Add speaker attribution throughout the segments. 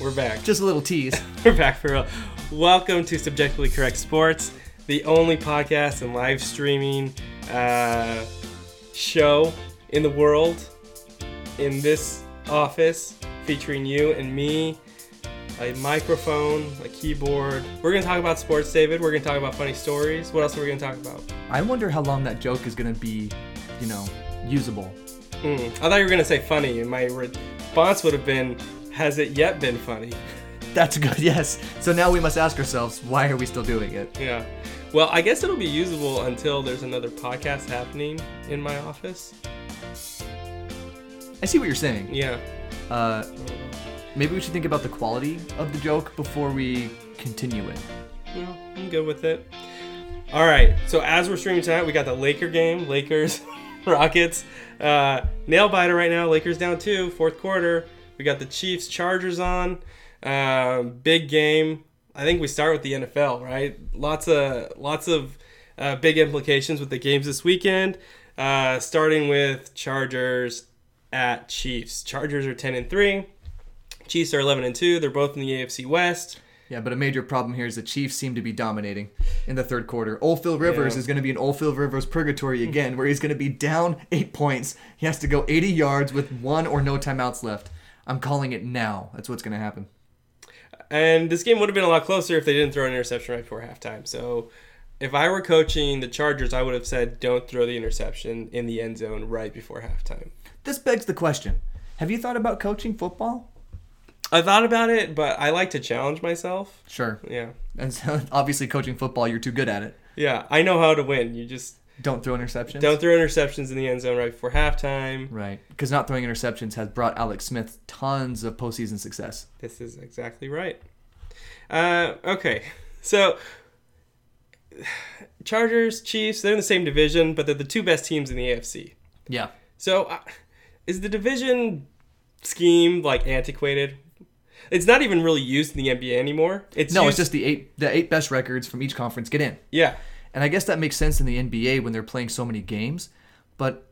Speaker 1: We're back.
Speaker 2: Just a little tease.
Speaker 1: We're back for real. Welcome to Subjectively Correct Sports, the only podcast and live streaming uh, show in the world, in this office, featuring you and me, a microphone, a keyboard. We're going to talk about sports, David. We're going to talk about funny stories. What else are we going to talk about?
Speaker 2: I wonder how long that joke is gonna be, you know, usable.
Speaker 1: Mm, I thought you were going to say funny, and my response would have been, has it yet been funny?
Speaker 2: That's good. Yes. So now we must ask ourselves, why are we still doing it?
Speaker 1: Yeah. Well, I guess it'll be usable until there's another podcast happening in my office.
Speaker 2: I see what you're saying.
Speaker 1: Yeah.
Speaker 2: Uh, maybe we should think about the quality of the joke before we continue it.
Speaker 1: No, I'm good with it. All right. So as we're streaming tonight, we got the Laker game, Lakers, Rockets. Uh, nail biter right now. Lakers down two, fourth quarter. We got the Chiefs, Chargers on. Um, big game. I think we start with the NFL, right? Lots of lots of uh, big implications with the games this weekend. Uh, starting with Chargers at Chiefs. Chargers are ten and three. Chiefs are eleven and two. They're both in the AFC West.
Speaker 2: Yeah, but a major problem here is the Chiefs seem to be dominating in the third quarter. Old Phil Rivers
Speaker 1: Yeah.
Speaker 2: is going to be in Old Phil Rivers purgatory again, where he's going to be down eight points. He has to go 80 yards with one or no timeouts left. I'm calling it now. That's what's going to happen.
Speaker 1: And this game would have been a lot closer if they didn't throw an interception right before halftime. So if I were coaching the Chargers, I would have said don't throw the interception in the end zone right before halftime.
Speaker 2: This begs the question Have you thought about coaching football?
Speaker 1: I thought about it, but I like to challenge myself.
Speaker 2: Sure.
Speaker 1: Yeah.
Speaker 2: And so, obviously, coaching football, you're too good at it.
Speaker 1: Yeah, I know how to win. You just
Speaker 2: Don't throw interceptions.
Speaker 1: don't throw interceptions in the end zone right before halftime.
Speaker 2: Right. Because not throwing interceptions has brought Alex Smith tons of postseason success.
Speaker 1: This is exactly right. Uh, okay, so Chargers, Chiefs, they're in the same division, but they're the two best teams in the AFC.
Speaker 2: Yeah.
Speaker 1: So, uh, is the division scheme like antiquated? It's not even really used in the NBA anymore. It's
Speaker 2: No, it's
Speaker 1: used-
Speaker 2: just the eight the eight best records from each conference get in.
Speaker 1: yeah,
Speaker 2: And I guess that makes sense in the NBA when they're playing so many games, but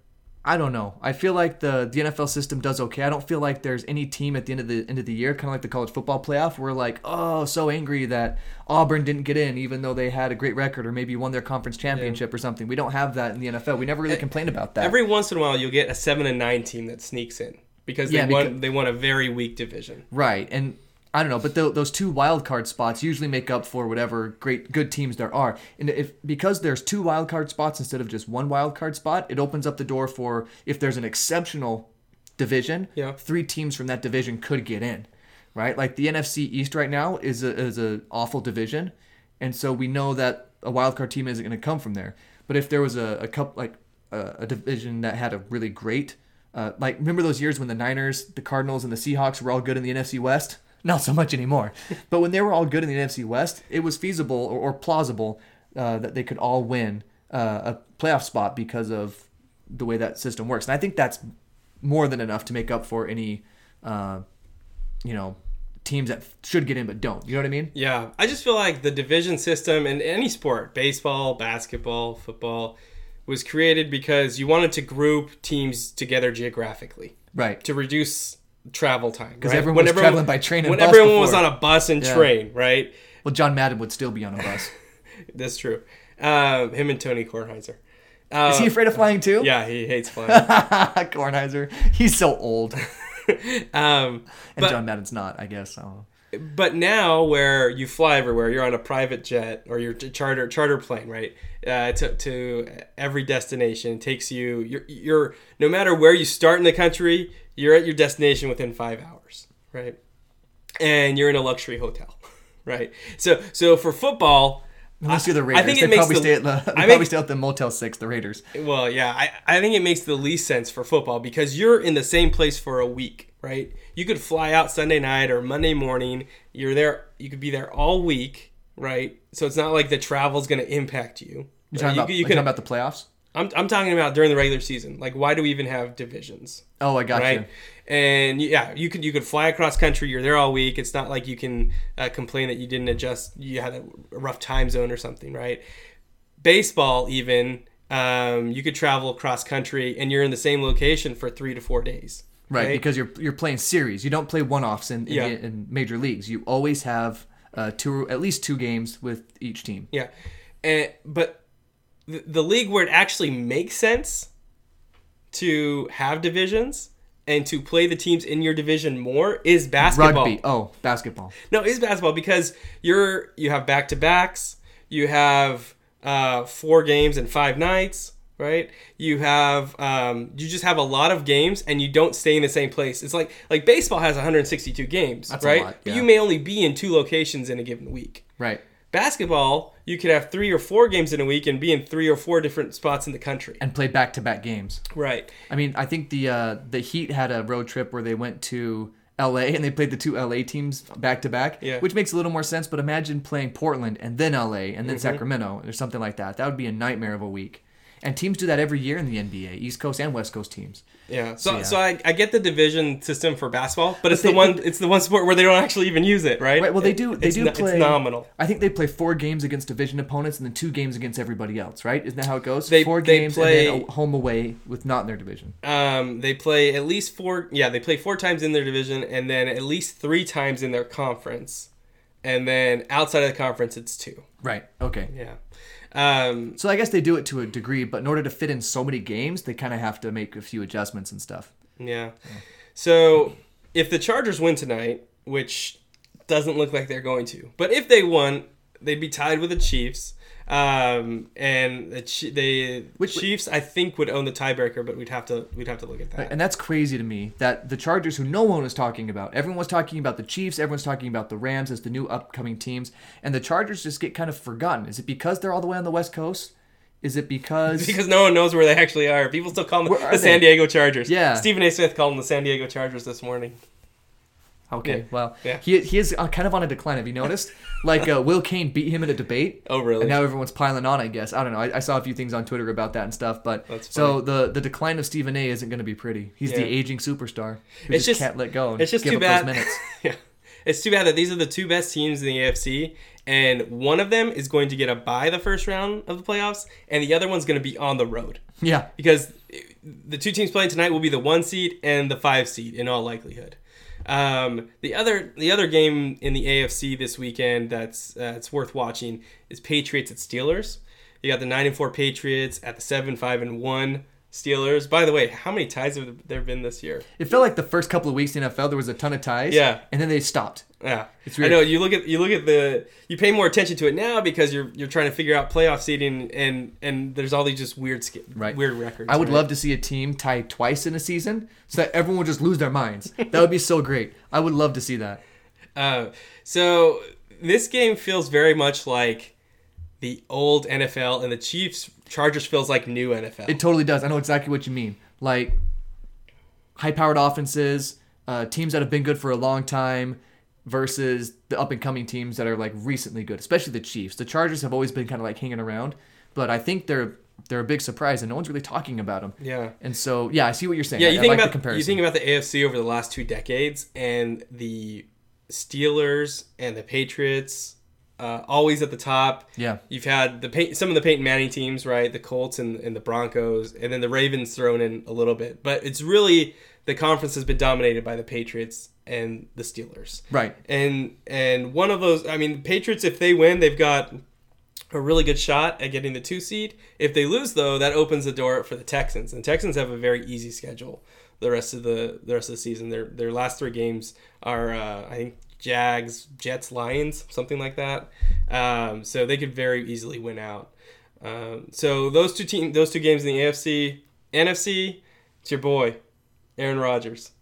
Speaker 2: I don't know. I feel like the the NFL system does okay. I don't feel like there's any team at the end of the end of the year, kind of like the college football playoff, where like, oh, so angry that Auburn didn't get in, even though they had a great record or maybe won their conference championship or something. We don't have that in the NFL. We never really complained about that.
Speaker 1: every once in a while you'll get a seven and nine team that sneaks in because they
Speaker 2: Yeah,
Speaker 1: won.
Speaker 2: because-
Speaker 1: They won a very weak division.
Speaker 2: Right, and I don't know, but tho- those two wild card spots usually make up for whatever great good teams there are. And if because there's two wild card spots instead of just one wild card spot, it opens up the door for if there's an exceptional division,
Speaker 1: Yeah.
Speaker 2: three teams from that division could get in. Right, like the NFC East right now is a, is a awful division, and so we know that a wild card team isn't going to come from there. But if there was a, a cup like a, a division that had a really great uh, like remember those years when the Niners, the Cardinals, and the Seahawks were all good in the NFC West? Not so much anymore. but when they were all good in the NFC West, it was feasible or, or plausible uh, that they could all win uh, a playoff spot because of the way that system works. And I think that's more than enough to make up for any, uh, you know, teams that should get in but don't. You know what I mean?
Speaker 1: Yeah, I just feel like the division system in any sport, baseball, basketball, football, was created because you wanted to group teams together geographically.
Speaker 2: Right.
Speaker 1: to reduce travel time because
Speaker 2: everyone was traveling by train and
Speaker 1: when
Speaker 2: bus
Speaker 1: everyone was on
Speaker 2: before.
Speaker 1: a bus and train right
Speaker 2: Well, John Madden would still be on a bus.
Speaker 1: that's true um, him and tony kornheiser uh,
Speaker 2: Is he afraid of flying too?
Speaker 1: yeah he hates flying
Speaker 2: Kornheiser. He's so old. And
Speaker 1: um, But-
Speaker 2: John Madden's not, I guess. I don't know.
Speaker 1: but now where you fly everywhere you're on a private jet or your charter charter plane right uh, to, to every destination it takes you you're, you're no matter where you start in the country you're at your destination within five hours right and you're in a luxury hotel right so so for football
Speaker 2: Unless you're the
Speaker 1: I
Speaker 2: Raiders,
Speaker 1: think it
Speaker 2: they
Speaker 1: makes
Speaker 2: probably
Speaker 1: the-
Speaker 2: stay at the
Speaker 1: I
Speaker 2: they
Speaker 1: think-
Speaker 2: probably stay at the Motel Six, the Raiders.
Speaker 1: Well, yeah, I, I think it makes the least sense for football because you're in the same place for a week, right? You could fly out Sunday night or Monday morning. You're there. You could be there all week, right? So it's not like the travel's going to impact you.
Speaker 2: You're talking,
Speaker 1: You
Speaker 2: about,
Speaker 1: could-
Speaker 2: you,
Speaker 1: you
Speaker 2: are
Speaker 1: could-
Speaker 2: talking about the playoffs.
Speaker 1: I'm, I'm talking about during the regular season. Like, why do we even have divisions?
Speaker 2: Oh, I got you.
Speaker 1: right? And you- yeah, you could you could fly across country. You're there all week. It's not like you can uh, complain that you didn't adjust. You had a rough time zone or something, right? Baseball, even um, you could travel across country, and you're in the same location for three to four days.
Speaker 2: Right,
Speaker 1: Right.
Speaker 2: because you're you're playing series. You don't play one-offs in in,
Speaker 1: Yeah.
Speaker 2: the- in major leagues. You always have uh, two at least two games with each team.
Speaker 1: Yeah, and, but the, the league where it actually makes sense to have divisions and to play the teams in your division more is basketball.
Speaker 2: Rugby. Oh, basketball.
Speaker 1: No, is basketball because you're you have back to backs. You have uh, four games and five nights, right? You have um, you just have a lot of games, and you don't stay in the same place. It's like like baseball has 162 games,
Speaker 2: a
Speaker 1: right?
Speaker 2: lot,
Speaker 1: But
Speaker 2: yeah.
Speaker 1: you may only be in two locations in a given week.
Speaker 2: Right.
Speaker 1: Basketball, you could have three or four games in a week and be in three or four different spots in the country.
Speaker 2: And play back-to-back games.
Speaker 1: Right.
Speaker 2: I mean, I think the uh, the Heat had a road trip where they went to L.A. and they played the two L.A. teams back to back,
Speaker 1: Yeah.
Speaker 2: which makes a little more sense. But imagine playing Portland and then L.A.
Speaker 1: Mm-hmm.
Speaker 2: and then Sacramento or something like that. That would be a nightmare of a week. And teams do that every year in the NBA, East Coast and West Coast teams.
Speaker 1: Yeah. So
Speaker 2: yeah.
Speaker 1: so I, I get the division system for basketball, but, it's the
Speaker 2: they-
Speaker 1: one it's the one sport where they don't actually even use it, right?
Speaker 2: Right. Well, they
Speaker 1: It-
Speaker 2: do. They
Speaker 1: it's
Speaker 2: do
Speaker 1: no-
Speaker 2: play.
Speaker 1: It's nominal.
Speaker 2: I think they play four games against division opponents and then two games against everybody else. Right? Isn't that how it goes?
Speaker 1: They-
Speaker 2: four
Speaker 1: they
Speaker 2: games and
Speaker 1: play-
Speaker 2: then a home away with not in their division.
Speaker 1: Um, they play at least four. Yeah, they play four times in their division, and then at least three times in their conference, and then outside of the conference, it's two.
Speaker 2: Right. Okay.
Speaker 1: Yeah. Um,
Speaker 2: So I guess they do it to a degree, but in order to fit in so many games, they kind of have to make a few adjustments and stuff.
Speaker 1: yeah. So if the Chargers win tonight, which doesn't look like they're going to, but if they won, they'd be tied with the Chiefs. Um, and the Chi- they
Speaker 2: Which-
Speaker 1: Chiefs, I think, would own the tiebreaker, but we'd have to we'd have to look at that.
Speaker 2: And that's crazy to me that the Chargers, who no one was talking about, everyone was talking about the Chiefs, everyone's talking about the Rams as the new upcoming teams, and the Chargers just get kind of forgotten. Is it because they're all the way on the West Coast? Is it because,
Speaker 1: because no one knows where they actually are. People still call them
Speaker 2: Where are
Speaker 1: the San
Speaker 2: they?
Speaker 1: Diego Chargers.
Speaker 2: Yeah.
Speaker 1: Stephen A. Smith called them the San Diego Chargers this morning.
Speaker 2: Okay,
Speaker 1: Yeah.
Speaker 2: well,
Speaker 1: Yeah.
Speaker 2: he he is uh, kind of on a decline. Have you noticed? like uh, Will Kane beat him in a debate.
Speaker 1: Oh, really?
Speaker 2: And now everyone's piling on. I guess I don't know. I, I saw a few things on Twitter about that and stuff. But
Speaker 1: That's
Speaker 2: so the the decline of Stephen A. isn't going to be pretty. He's the
Speaker 1: Yeah.
Speaker 2: aging superstar who
Speaker 1: It's
Speaker 2: just,
Speaker 1: just-
Speaker 2: can't let go. And
Speaker 1: It's just
Speaker 2: give
Speaker 1: too
Speaker 2: up
Speaker 1: bad.
Speaker 2: Those minutes.
Speaker 1: yeah. It's too bad that these are the two best teams in the AFC, and one of them is going to get a bye the first round of the playoffs, and the other one's going to be on the road
Speaker 2: Yeah,
Speaker 1: because the two teams playing tonight will be the one seed and the five seed in all likelihood. Um, the other the other game in the AFC this weekend that's uh, it's worth watching is Patriots at Steelers. You got the nine and four Patriots at the seven five and one Steelers. By the way, how many ties have there been this year?
Speaker 2: it felt like the first couple of weeks in NFL there was a ton of ties.
Speaker 1: Yeah.
Speaker 2: and then they stopped.
Speaker 1: Yeah,
Speaker 2: It's weird.
Speaker 1: I know you look at you look at the you pay more attention to it now because you're you're trying to figure out playoff seeding and and there's all these just weird sk-
Speaker 2: Right.
Speaker 1: weird records.
Speaker 2: I would
Speaker 1: right?
Speaker 2: love to see a team tie twice in a season so that everyone would just lose their minds. That would be so great. I would love to see that.
Speaker 1: Uh, so this game feels very much like the old NFL, and the Chiefs Chargers feels like new NFL.
Speaker 2: It totally does. I know exactly what you mean. Like high powered offenses, uh, teams that have been good for a long time versus the up and coming teams that are like recently good, especially the Chiefs. The Chargers have always been kind of like hanging around, but I think they're they're a big surprise and no one's really talking about them.
Speaker 1: yeah,
Speaker 2: And so, yeah, I see what you're saying.
Speaker 1: yeah.
Speaker 2: I,
Speaker 1: You
Speaker 2: I
Speaker 1: think
Speaker 2: like the
Speaker 1: about
Speaker 2: comparison.
Speaker 1: you think about the AFC over the last two decades, and the Steelers and the Patriots uh, always at the top.
Speaker 2: yeah.
Speaker 1: You've had the Pey- some of the Peyton Manning teams, right? The Colts and, and the Broncos, and then the Ravens thrown in a little bit. But it's really the conference has been dominated by the Patriots and the Steelers.
Speaker 2: Right.
Speaker 1: and and one of those i mean patriots if they win they've got a really good shot at getting the two seed if they lose though that opens the door for the texans and texans have a very easy schedule the rest of the the rest of the season their their last three games are uh, i think jags jets lions something like that um, so they could very easily win out um, so those two team those two games in the afc nfc it's your boy aaron rodgers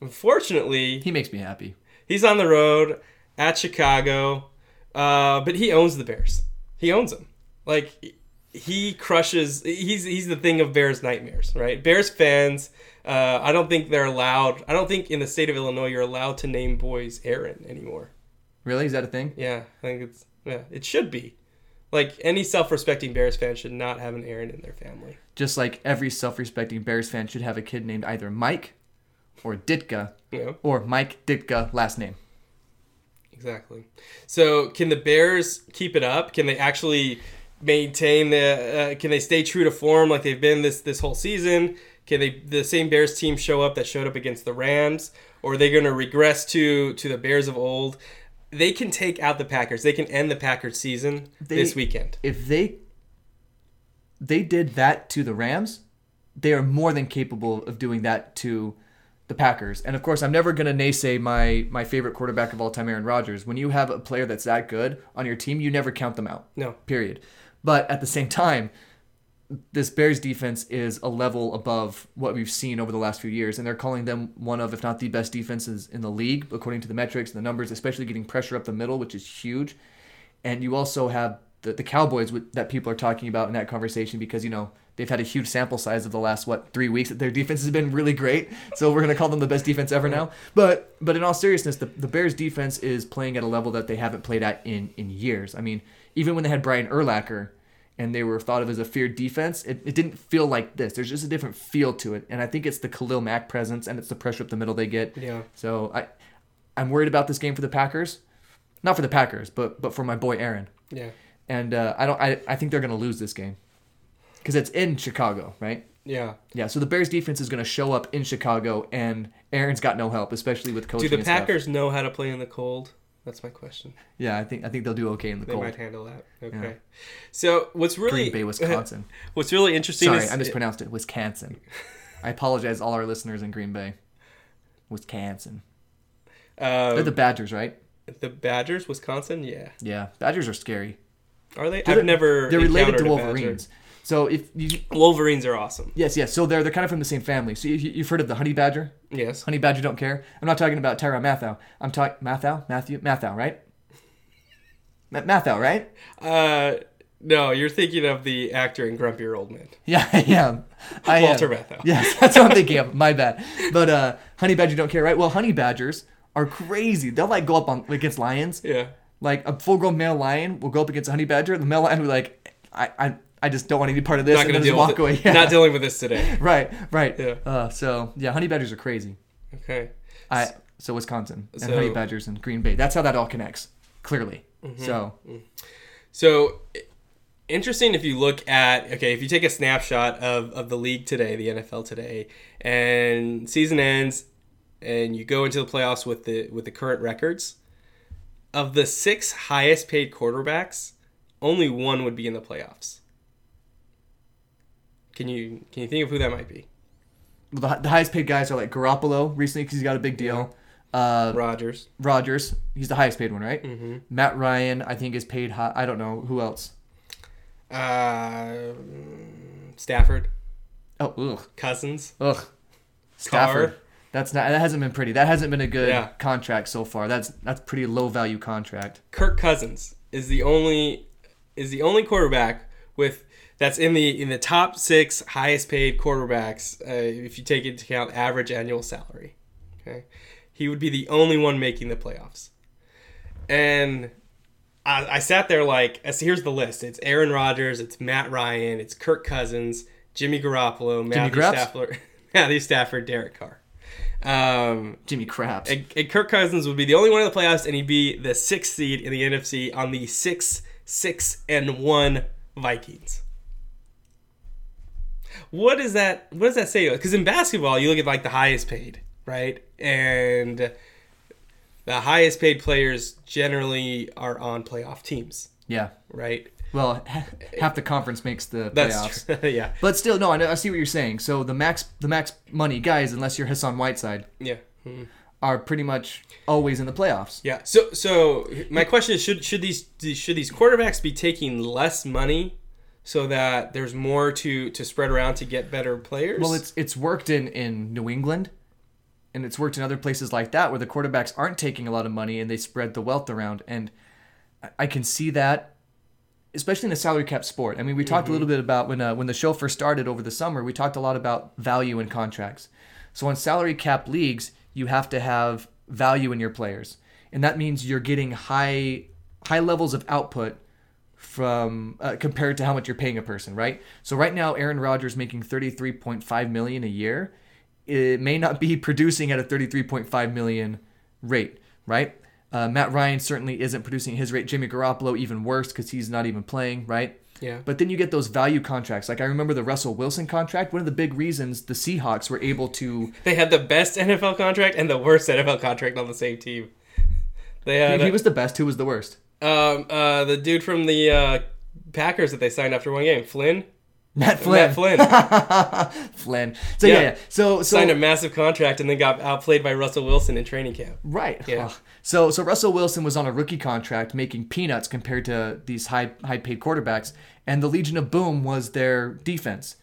Speaker 1: unfortunately
Speaker 2: He makes me happy.
Speaker 1: He's on the road at Chicago, uh, but he owns the Bears. He owns them. Like he crushes. He's he's the thing of Bears nightmares, right? Bears fans. Uh, I don't think they're allowed. I don't think in the state of Illinois you're allowed to name boys Aaron anymore.
Speaker 2: Really? Is that a thing?
Speaker 1: Yeah, I think it's yeah. It should be. Like any self-respecting Bears fan should not have an Aaron in their family.
Speaker 2: Just like every self respecting Bears fan should have a kid named either Mike or Ditka
Speaker 1: You know.
Speaker 2: or Mike Ditka last name.
Speaker 1: Exactly. So, can the Bears keep it up? Can they actually maintain the? Uh, can they stay true to form like they've been this this whole season? Can they the same Bears team show up that showed up against the Rams, or are they going to regress to to the Bears of old? They can take out the Packers. They can end the Packers season
Speaker 2: They-
Speaker 1: this weekend.
Speaker 2: If they they did that to the Rams, they are more than capable of doing that to the Packers. And of course, I'm never going to naysay my my favorite quarterback of all time, Aaron Rodgers. When you have a player that's that good on your team, you never count them out.
Speaker 1: No,
Speaker 2: Period. But at the same time, this Bears defense is a level above what we've seen over the last few years, and they're calling them one of, if not the best defenses in the league, according to the metrics and the numbers, especially getting pressure up the middle, which is huge. And you also have the, the Cowboys with, that people are talking about in that conversation because, you know, they've had a huge sample size of the last, what, three weeks. Their defense has been really great, so we're going to call them the best defense ever now. But but in all seriousness, the, the Bears defense is playing at a level that they haven't played at in, in years. I mean, even when they had Brian Urlacher, and they were thought of as a feared defense, it, it didn't feel like this. There's just a different feel to it. And I think it's the Khalil Mack presence and it's the pressure up the middle they get.
Speaker 1: Yeah.
Speaker 2: So I I'm worried about this game for the Packers. Not for the Packers, but but for my boy Aaron.
Speaker 1: yeah,
Speaker 2: And uh, I don't I, I think they're gonna lose this game. Because it's in Chicago, right?
Speaker 1: yeah.
Speaker 2: Yeah, so the Bears defense is gonna show up in Chicago and Aaron's got no help, especially with
Speaker 1: Do
Speaker 2: coaching.
Speaker 1: the
Speaker 2: and stuff.
Speaker 1: Packers know how to play in the cold? That's my question.
Speaker 2: Yeah, I think I think they'll do okay in the
Speaker 1: They
Speaker 2: cold.
Speaker 1: might handle that. Okay. So what's really
Speaker 2: Green Bay, Wisconsin.
Speaker 1: what's really interesting
Speaker 2: Sorry,
Speaker 1: is
Speaker 2: I mispronounced it. Wisconsin. I apologize, all our listeners in Green Bay. Wisconsin.
Speaker 1: um,
Speaker 2: They're
Speaker 1: Oh.
Speaker 2: the Badgers, right?
Speaker 1: The Badgers, Wisconsin, yeah.
Speaker 2: Yeah, Badgers are scary.
Speaker 1: Are they?
Speaker 2: They're-
Speaker 1: I've never.
Speaker 2: They're related to
Speaker 1: encountered a Badger.
Speaker 2: Wolverines. So if you
Speaker 1: Wolverines are awesome.
Speaker 2: yes yes, so they're they're kind of from the same family. So you, you've heard of the honey badger?
Speaker 1: Yes.
Speaker 2: Honey badger don't care. I'm not talking about Tyron Matthew. I'm talking Matthew Matthew Matthew, right? Ma- Matthew, right?
Speaker 1: Uh, no, you're thinking of the actor in Grumpier Old Man.
Speaker 2: Yeah, I am. I am.
Speaker 1: Walter Matthau.
Speaker 2: Yes, that's what I'm thinking of. My bad. But uh, honey badger don't care, right? Well, honey badgers are crazy. They'll like go up on against lions.
Speaker 1: Yeah.
Speaker 2: Like a full-grown male lion will go up against a honey badger. The male lion will be like, I, I, I just don't want any part of this.
Speaker 1: Not
Speaker 2: and
Speaker 1: gonna
Speaker 2: then
Speaker 1: deal
Speaker 2: just
Speaker 1: with
Speaker 2: walk
Speaker 1: it.
Speaker 2: away. Yeah.
Speaker 1: Not dealing with this today.
Speaker 2: right, right.
Speaker 1: Yeah.
Speaker 2: Uh, so yeah, honey badgers are crazy.
Speaker 1: Okay.
Speaker 2: I so Wisconsin and
Speaker 1: So-
Speaker 2: honey badgers and Green Bay. That's how that all connects clearly.
Speaker 1: Mm-hmm.
Speaker 2: So
Speaker 1: So i- interesting if you look at okay, if you take a snapshot of, of the league today, the NFL today, and season ends and you go into the playoffs with the with the current records, of the six highest paid quarterbacks, only one would be in the playoffs. Can you can you think of who that might be?
Speaker 2: the, the highest paid guys are like Garoppolo recently because he's got a big deal. Uh,
Speaker 1: Rodgers.
Speaker 2: Rodgers, he's the highest paid one, right? Mm-hmm. Matt Ryan, I think, is paid high. I don't know who else.
Speaker 1: Uh, Stafford.
Speaker 2: Oh, ugh,
Speaker 1: Cousins.
Speaker 2: ugh. Stafford.
Speaker 1: Carr.
Speaker 2: That's not. That hasn't been pretty. That hasn't been a good
Speaker 1: Yeah.
Speaker 2: contract so far. That's that's pretty low value contract.
Speaker 1: Kirk Cousins is the only is the only quarterback with that's in the in the top six highest paid quarterbacks uh, if you take into account average annual salary. Okay, he would be the only one making the playoffs, and. I, I sat there like, I see- here's the list. It's Aaron Rodgers, it's Matt Ryan, it's Kirk Cousins, Jimmy Garoppolo, Matthew
Speaker 2: Graps?
Speaker 1: Stafford, Matthew Stafford, Derek Carr. Um,
Speaker 2: Jimmy Craps.
Speaker 1: and, and Kirk Cousins would be the only one in the playoffs, and he'd be the sixth seed in the NFC on the six, six, and one Vikings. What does that? What does that say? Because in basketball, you look at like the highest paid, right? And the highest paid players generally are on playoff teams,
Speaker 2: yeah.
Speaker 1: right?
Speaker 2: Well, half the conference makes the
Speaker 1: That's
Speaker 2: playoffs.
Speaker 1: true. yeah,
Speaker 2: But still, no. I, know, I see what you're saying. So the max the max money guys, unless you're Hassan Whiteside,
Speaker 1: yeah, Mhm.
Speaker 2: are pretty much always in the playoffs.
Speaker 1: yeah. So, so my question is: should should these should these quarterbacks be taking less money so that there's more to to spread around to get better players?
Speaker 2: Well, it's it's worked in in New England, and it's worked in other places like that where the quarterbacks aren't taking a lot of money and they spread the wealth around. And I- I can see that, especially in a salary cap sport. I mean, we talked a little bit about when uh, when the show first started over the summer. We talked a lot about value in contracts. So in salary cap leagues, you have to have value in your players, and that means you're getting high high levels of output from uh, compared to how much you're paying a person, right? So right now, Aaron Rodgers making 33.5 million a year. It may not be producing at a 33.5 million rate, right? Uh, Matt Ryan certainly isn't producing his rate. Jimmy Garoppolo even worse because he's not even playing, right?
Speaker 1: Yeah.
Speaker 2: But then you get those value contracts. Like I remember the Russell Wilson contract. One of the big reasons the Seahawks were able to
Speaker 1: They had the best NFL contract and the worst NFL contract on the same team. They had
Speaker 2: he was the best, who was the worst?
Speaker 1: um, uh, the dude from the uh, Packers that they signed after one game, Flynn.
Speaker 2: Matt Flynn.
Speaker 1: Matt Flynn
Speaker 2: Flynn. So yeah,
Speaker 1: Yeah.
Speaker 2: yeah. so so
Speaker 1: signed a massive contract and then got outplayed by Russell Wilson in training camp.
Speaker 2: Right.
Speaker 1: Yeah.
Speaker 2: Ugh. So so Russell Wilson was on a rookie contract making peanuts compared to these high high paid quarterbacks and the Legion of Boom was their defense.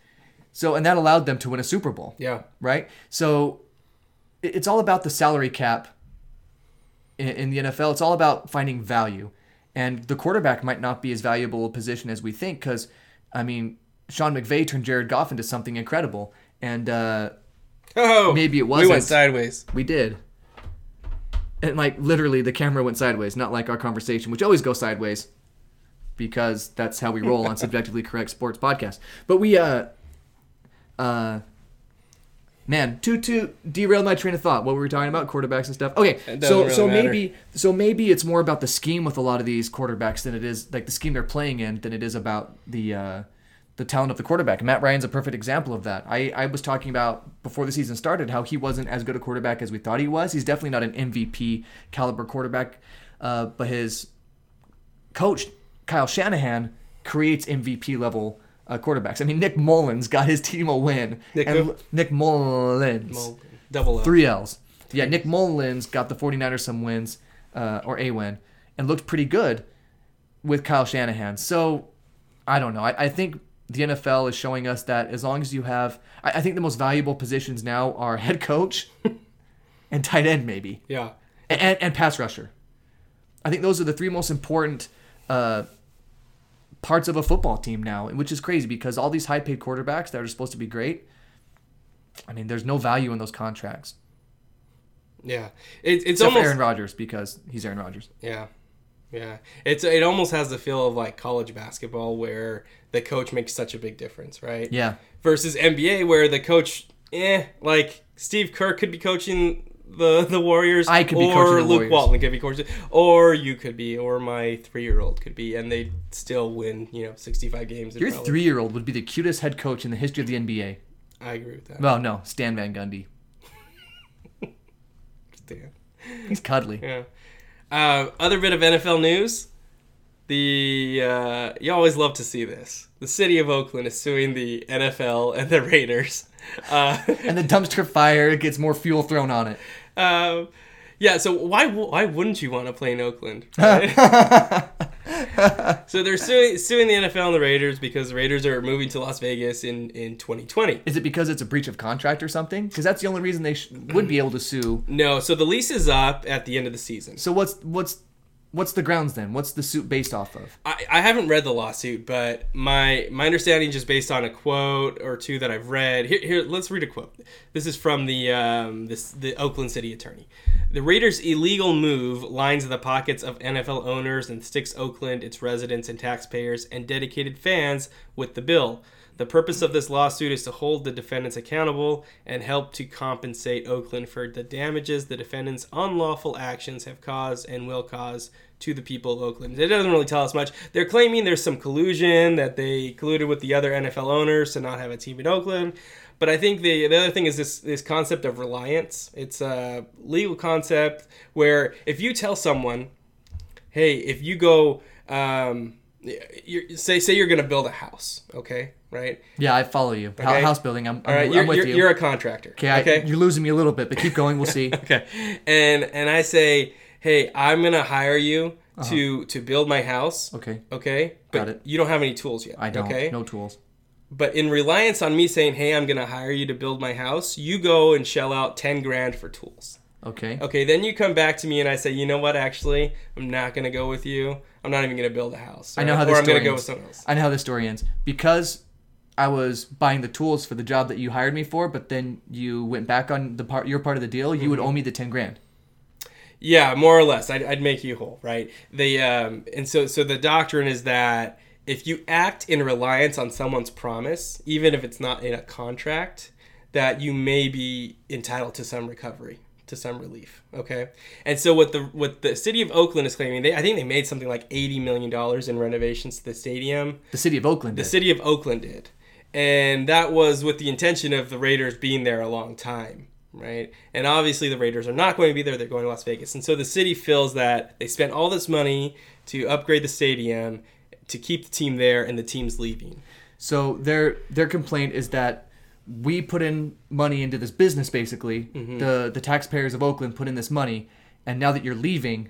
Speaker 2: So and that allowed them to win a Super Bowl.
Speaker 1: Yeah.
Speaker 2: Right? So it- it's all about the salary cap in, in the NFL. It's all about finding value. And the quarterback might not be as valuable a position as we think because, I mean, Sean McVay turned Jared Goff into something incredible. And uh,
Speaker 1: Oh,
Speaker 2: Maybe it
Speaker 1: We
Speaker 2: wasn't.
Speaker 1: went sideways.
Speaker 2: we did. And like literally the camera went sideways, not like our conversation, which always goes sideways because that's how we roll on subjectively correct sports podcast. But we uh uh man, too too derailed my train of thought. What were we talking about? Quarterbacks and stuff. Okay.
Speaker 1: It doesn't
Speaker 2: So
Speaker 1: really
Speaker 2: so
Speaker 1: matter.
Speaker 2: maybe so maybe it's more about the scheme with a lot of these quarterbacks than it is like the scheme they're playing in than it is about the uh the talent of the quarterback. Matt Ryan's a perfect example of that. I, I was talking about before the season started how he wasn't as good a quarterback as we thought he was. He's definitely not an MVP caliber quarterback, uh, but his coach Kyle Shanahan creates MVP level uh, quarterbacks. I mean, Nick Mullins got his team a win.
Speaker 1: Nick
Speaker 2: and
Speaker 1: who?
Speaker 2: l- Nick Mullins.
Speaker 1: Well, double up.
Speaker 2: Three L's. Yeah, Nick Mullins got the 49ers some wins, uh, or a win, and looked pretty good with Kyle Shanahan. So I don't know. I, I think the NFL is showing us that as long as you have, I, I think the most valuable positions now are head coach and tight end, maybe
Speaker 1: Yeah.
Speaker 2: and, and pass rusher. I think those are the three most important uh, parts of a football team now, which is crazy because all these high-paid quarterbacks that are supposed to be great, I mean, there's no value in those contracts.
Speaker 1: Yeah. It, it's
Speaker 2: Except for
Speaker 1: almost
Speaker 2: Aaron Rodgers because he's Aaron Rodgers.
Speaker 1: Yeah. Yeah. It's it almost has the feel of like college basketball where the coach makes such a big difference, right?
Speaker 2: Yeah,
Speaker 1: Versus NBA where the coach eh like Steve Kerr could be coaching the the Warriors
Speaker 2: I could be
Speaker 1: or
Speaker 2: coaching the
Speaker 1: Luke
Speaker 2: Warriors.
Speaker 1: Walton could be coaching or you could be or my 3-year-old could be and they still win, you know, 65 games in
Speaker 2: your
Speaker 1: probably-
Speaker 2: three-year-old would be the cutest head coach in the history of the NBA.
Speaker 1: I agree with that.
Speaker 2: Well, no, Stan Van Gundy.
Speaker 1: Damn.
Speaker 2: He's cuddly.
Speaker 1: Yeah. Uh, other bit of NFL news. The uh, you always love to see this. The city of Oakland is suing the NFL and the Raiders. Uh,
Speaker 2: And the dumpster fire gets more fuel thrown on it.
Speaker 1: um, yeah. So why w- why wouldn't you want to play in Oakland? so they're suing suing the NFL and the Raiders because the Raiders are moving to Las Vegas in in 2020.
Speaker 2: Is it because it's a breach of contract or something? Because that's the only reason they sh- would be able to sue
Speaker 1: No. So the lease is up at the end of the season.
Speaker 2: So what's what's what's the grounds then? What's the suit based off of?
Speaker 1: I, I haven't read the lawsuit, but my my understanding just based on a quote or two that I've read. Here, here let's read a quote. This is from the um, this the Oakland City Attorney. The Raiders' illegal move lines the pockets of NFL owners and sticks Oakland, its residents and taxpayers, and dedicated fans with the bill. The purpose of this lawsuit is to hold the defendants accountable and help to compensate Oakland for the damages the defendants' unlawful actions have caused and will cause to the people of Oakland. It doesn't really tell us much. They're claiming there's some collusion that they colluded with the other NFL owners to not have a team in Oakland. But I think the the other thing is this this concept of reliance. It's a legal concept where if you tell someone hey, if you go, um, you're, say say you're gonna build a house, okay, right?
Speaker 2: Yeah, I follow you. Hou-
Speaker 1: Okay.
Speaker 2: House building. I'm, I'm,
Speaker 1: All right,
Speaker 2: I'm
Speaker 1: you're,
Speaker 2: with
Speaker 1: you're,
Speaker 2: you.
Speaker 1: you're a contractor.
Speaker 2: okay, I, you're losing me a little bit, but keep going. We'll see.
Speaker 1: okay. And and I say, hey, I'm gonna hire you to to build my house.
Speaker 2: Uh-huh. Okay,
Speaker 1: Okay, but
Speaker 2: Got it.
Speaker 1: you don't have any tools yet.
Speaker 2: I don't.
Speaker 1: Okay,
Speaker 2: No tools.
Speaker 1: but in reliance on me saying, "Hey, I'm gonna hire you to build my house," you go and shell out ten grand for tools.
Speaker 2: Okay.
Speaker 1: Okay, then you come back to me and I say, you know what? Actually, I'm not gonna go with you. I'm not even gonna build a house.
Speaker 2: I know how
Speaker 1: or
Speaker 2: this
Speaker 1: I'm gonna
Speaker 2: story
Speaker 1: go with
Speaker 2: ends.
Speaker 1: someone else.
Speaker 2: I know how this story ends because I was buying the tools for the job that you hired me for, but then you went back on the part your part of the deal. You would owe me the ten grand.
Speaker 1: Yeah, more or less. I'd, I'd make you whole, right? The um, and so so the doctrine is that if you act in reliance on someone's promise, even if it's not in a contract, that you may be entitled to some recovery to some relief. Okay, and so what the what the city of Oakland is claiming, they I think they made something like eighty million dollars in renovations to the stadium.
Speaker 2: The city of Oakland.
Speaker 1: The
Speaker 2: did.
Speaker 1: city of Oakland did, and that was with the intention of the Raiders being there a long time, right? And obviously the Raiders are not going to be there; they're going to Las Vegas, and so the city feels that they spent all this money to upgrade the stadium, to keep the team there, and the team's leaving.
Speaker 2: So their their complaint is that we put in money into this business basically.
Speaker 1: Mm-hmm.
Speaker 2: The the taxpayers of Oakland put in this money and now that you're leaving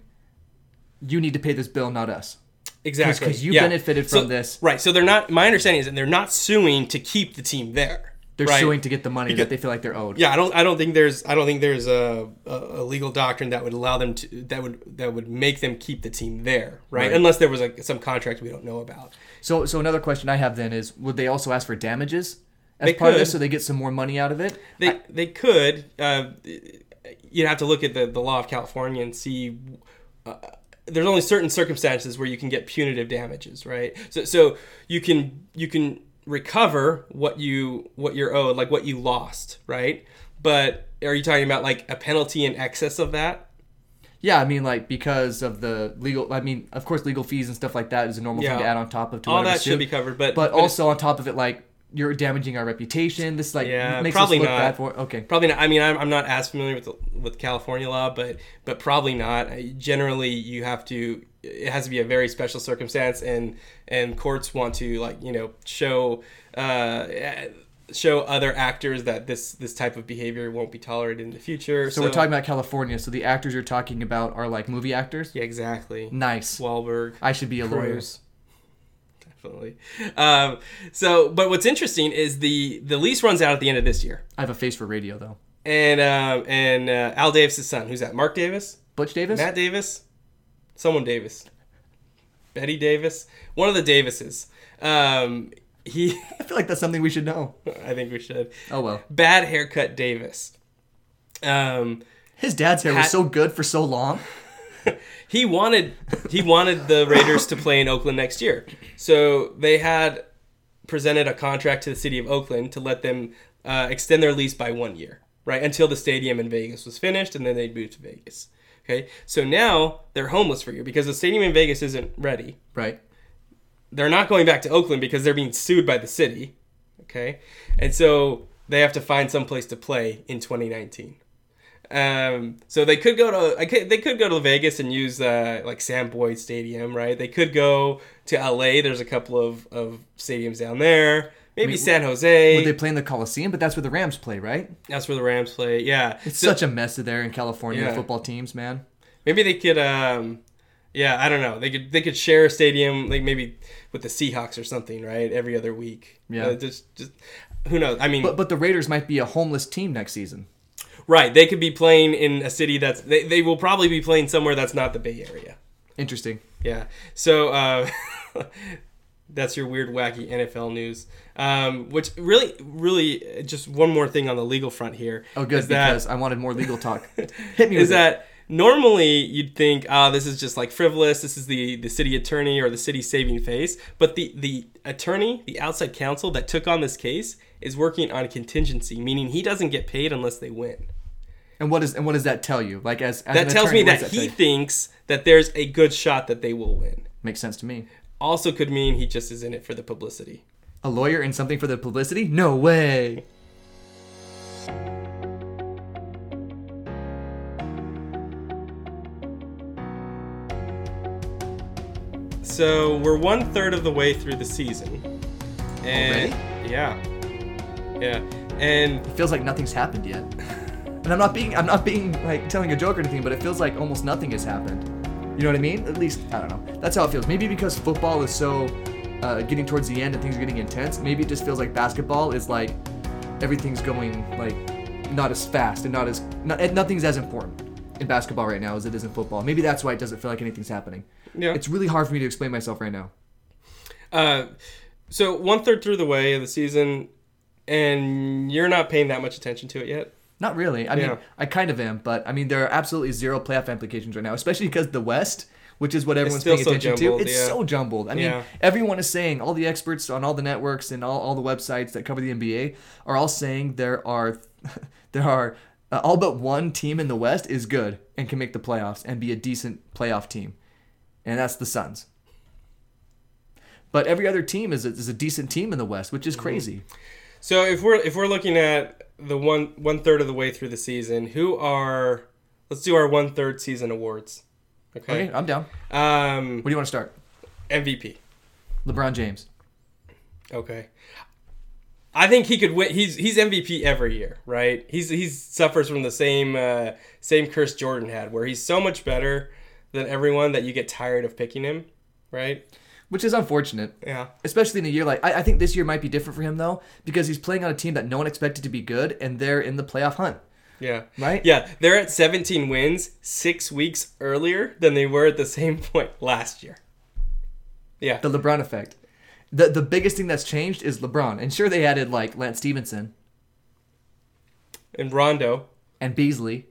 Speaker 2: you need to pay this bill not us.
Speaker 1: Exactly.
Speaker 2: 'cause you benefited
Speaker 1: So-
Speaker 2: from this.
Speaker 1: Right. So they're not, my understanding is that they're not suing to keep the team there.
Speaker 2: They're
Speaker 1: right?
Speaker 2: suing to get the money that they feel like they're owed.
Speaker 1: Yeah, I don't. I don't think there's. I don't think there's a, a, a legal doctrine that would allow them to. That would that would make them keep the team there, right?
Speaker 2: Right.
Speaker 1: Unless there was like some contract we don't know about.
Speaker 2: So so another question I have then is would they also ask for damages as
Speaker 1: They
Speaker 2: part of
Speaker 1: could.
Speaker 2: this so they get some more money out of it?
Speaker 1: They they could. Uh, you'd have to look at the the law of California and see. Uh, there's only certain circumstances where you can get punitive damages, right? So so you can you can recover what you what you're owed, like what you lost, right? But are you talking about like a penalty in excess of that?
Speaker 2: Yeah, I mean, like because of the legal. I mean, of course, legal fees and stuff like that is a normal
Speaker 1: Yeah.
Speaker 2: thing to add on top of. To
Speaker 1: All
Speaker 2: whatever
Speaker 1: that should
Speaker 2: suit.
Speaker 1: be covered, but but
Speaker 2: But
Speaker 1: it's-
Speaker 2: also on top of it, like you're damaging our reputation. This like
Speaker 1: Yeah,
Speaker 2: makes
Speaker 1: probably
Speaker 2: us look
Speaker 1: not.
Speaker 2: bad for. Okay,
Speaker 1: Probably not. I mean, I'm, I'm not as familiar with the, with California law, but but probably not. I- Generally, you have to. It has to be a very special circumstance, and and courts want to like you know show uh, show other actors that this this type of behavior won't be tolerated in the future.
Speaker 2: so, we're talking about California. So the actors you're talking about are like movie actors.
Speaker 1: Yeah, exactly.
Speaker 2: Nice.
Speaker 1: Wahlberg.
Speaker 2: I should be a lawyer.
Speaker 1: Cruz. Definitely. Um, so, but what's interesting is the the lease runs out at the end of this year,
Speaker 2: I have a face for radio though.
Speaker 1: and um, and uh, Al Davis's son, who's that? Mark Davis.
Speaker 2: Butch Davis.
Speaker 1: Matt Davis, someone Davis, Betty Davis, one of the Davises. Um, he,
Speaker 2: I feel like that's something we should know.
Speaker 1: I think we should.
Speaker 2: Oh well,
Speaker 1: Bad haircut Davis. Um,
Speaker 2: his dad's hair was
Speaker 1: Pat-
Speaker 2: so good for so long.
Speaker 1: he wanted he wanted the Raiders to play in Oakland next year, so they had presented a contract to the city of Oakland to let them uh, extend their lease by one year, right until the stadium in Vegas was finished, and then they'd move to Vegas. Okay, so now they're homeless for you because the stadium in Vegas isn't ready.
Speaker 2: Right.
Speaker 1: they're not going back to Oakland because they're being sued by the city. Okay. And so they have to find some place to play in 2019. Um, so they could go to I could- they could go to Vegas and use uh, like Sam Boyd Stadium, right? They could go to LA. There's a couple of, of stadiums down there. Maybe San Jose.
Speaker 2: Would they play in the Coliseum? But that's where the Rams play, right?
Speaker 1: That's where the Rams play. Yeah.
Speaker 2: It's such a mess there in California.
Speaker 1: Yeah.
Speaker 2: Football teams, man.
Speaker 1: Maybe they could. Um, yeah, I don't know. They could they could share a stadium, like maybe with the Seahawks or something, right? Every other week.
Speaker 2: Yeah.
Speaker 1: Uh, just just who knows? I mean,
Speaker 2: But but the Raiders might be a homeless team next season.
Speaker 1: right? They could be playing in a city that's they, they will probably be playing somewhere that's not the Bay Area.
Speaker 2: Interesting.
Speaker 1: Yeah. So uh, that's your weird, wacky NFL news. Um, which really, really, uh, just one more thing on the legal front here.
Speaker 2: Oh, good
Speaker 1: is that-
Speaker 2: because I wanted more legal talk. Hit me
Speaker 1: is
Speaker 2: with that
Speaker 1: that normally you'd think ah this is just like frivolous this is the the city attorney or the city saving face but the the attorney the outside counsel that took on this case is working on contingency meaning he doesn't get paid unless they win
Speaker 2: And what is and what does that tell you? Like as, as
Speaker 1: that
Speaker 2: an
Speaker 1: tells
Speaker 2: attorney,
Speaker 1: me that,
Speaker 2: what does tell
Speaker 1: he
Speaker 2: you?
Speaker 1: thinks that there's a good shot that they will win
Speaker 2: makes sense to me.
Speaker 1: also could mean he just is in it for the publicity
Speaker 2: A lawyer and something for the publicity? No way.
Speaker 1: so we're one third of the way through the season and yeah yeah and
Speaker 2: It feels like nothing's happened yet. And I'm not being I'm not being like telling a joke or anything, but it feels like almost nothing has happened. You know what I mean? At least I don't know. That's how it feels. Maybe because football is so uh, getting towards the end and things are getting intense. Maybe it just feels like basketball is like everything's going like not as fast and not as not, and nothing's as important in basketball right now as it is in football. Maybe that's why it doesn't feel like anything's happening.
Speaker 1: yeah
Speaker 2: It's really hard for me to explain myself right now.
Speaker 1: Uh, so one third through the way of the season, and you're not paying that much attention to it yet.
Speaker 2: Not really. I
Speaker 1: Yeah.
Speaker 2: mean, I kind of am, but I mean, there are absolutely zero playoff implications right now, especially because the West, which is what everyone's
Speaker 1: still
Speaker 2: paying
Speaker 1: so
Speaker 2: attention
Speaker 1: jumbled,
Speaker 2: to, it's
Speaker 1: yeah.
Speaker 2: so jumbled. I mean,
Speaker 1: Yeah.
Speaker 2: everyone is saying, all the experts on all the networks and all, all the websites that cover the NBA are all saying there are there are uh, all but one team in the West is good and can make the playoffs and be a decent playoff team, and that's the Suns. But every other team is a, is a decent team in the West, which is
Speaker 1: Mm-hmm.
Speaker 2: crazy.
Speaker 1: So if we're if we're looking at the one one third of the way through the season, who are let's do our one third season awards. Okay.
Speaker 2: Okay, I'm down.
Speaker 1: Um
Speaker 2: Where do you want to start?
Speaker 1: MVP.
Speaker 2: LeBron James.
Speaker 1: Okay. I think he could win. He's he's MVP every year, right? He's he's suffers from the same uh, same curse Jordan had, where he's so much better than everyone that you get tired of picking him, right?
Speaker 2: which is unfortunate,
Speaker 1: Yeah.
Speaker 2: especially in a year like I, I think this year might be different for him though because he's playing on a team that no one expected to be good and they're in the playoff hunt,
Speaker 1: Yeah.
Speaker 2: right?
Speaker 1: Yeah, they're at 17 wins six weeks earlier than they were at the same point last year. Yeah.
Speaker 2: The LeBron effect. The the biggest thing that's changed is LeBron. And sure they added like Lance Stevenson
Speaker 1: And Rondo.
Speaker 2: and Beasley,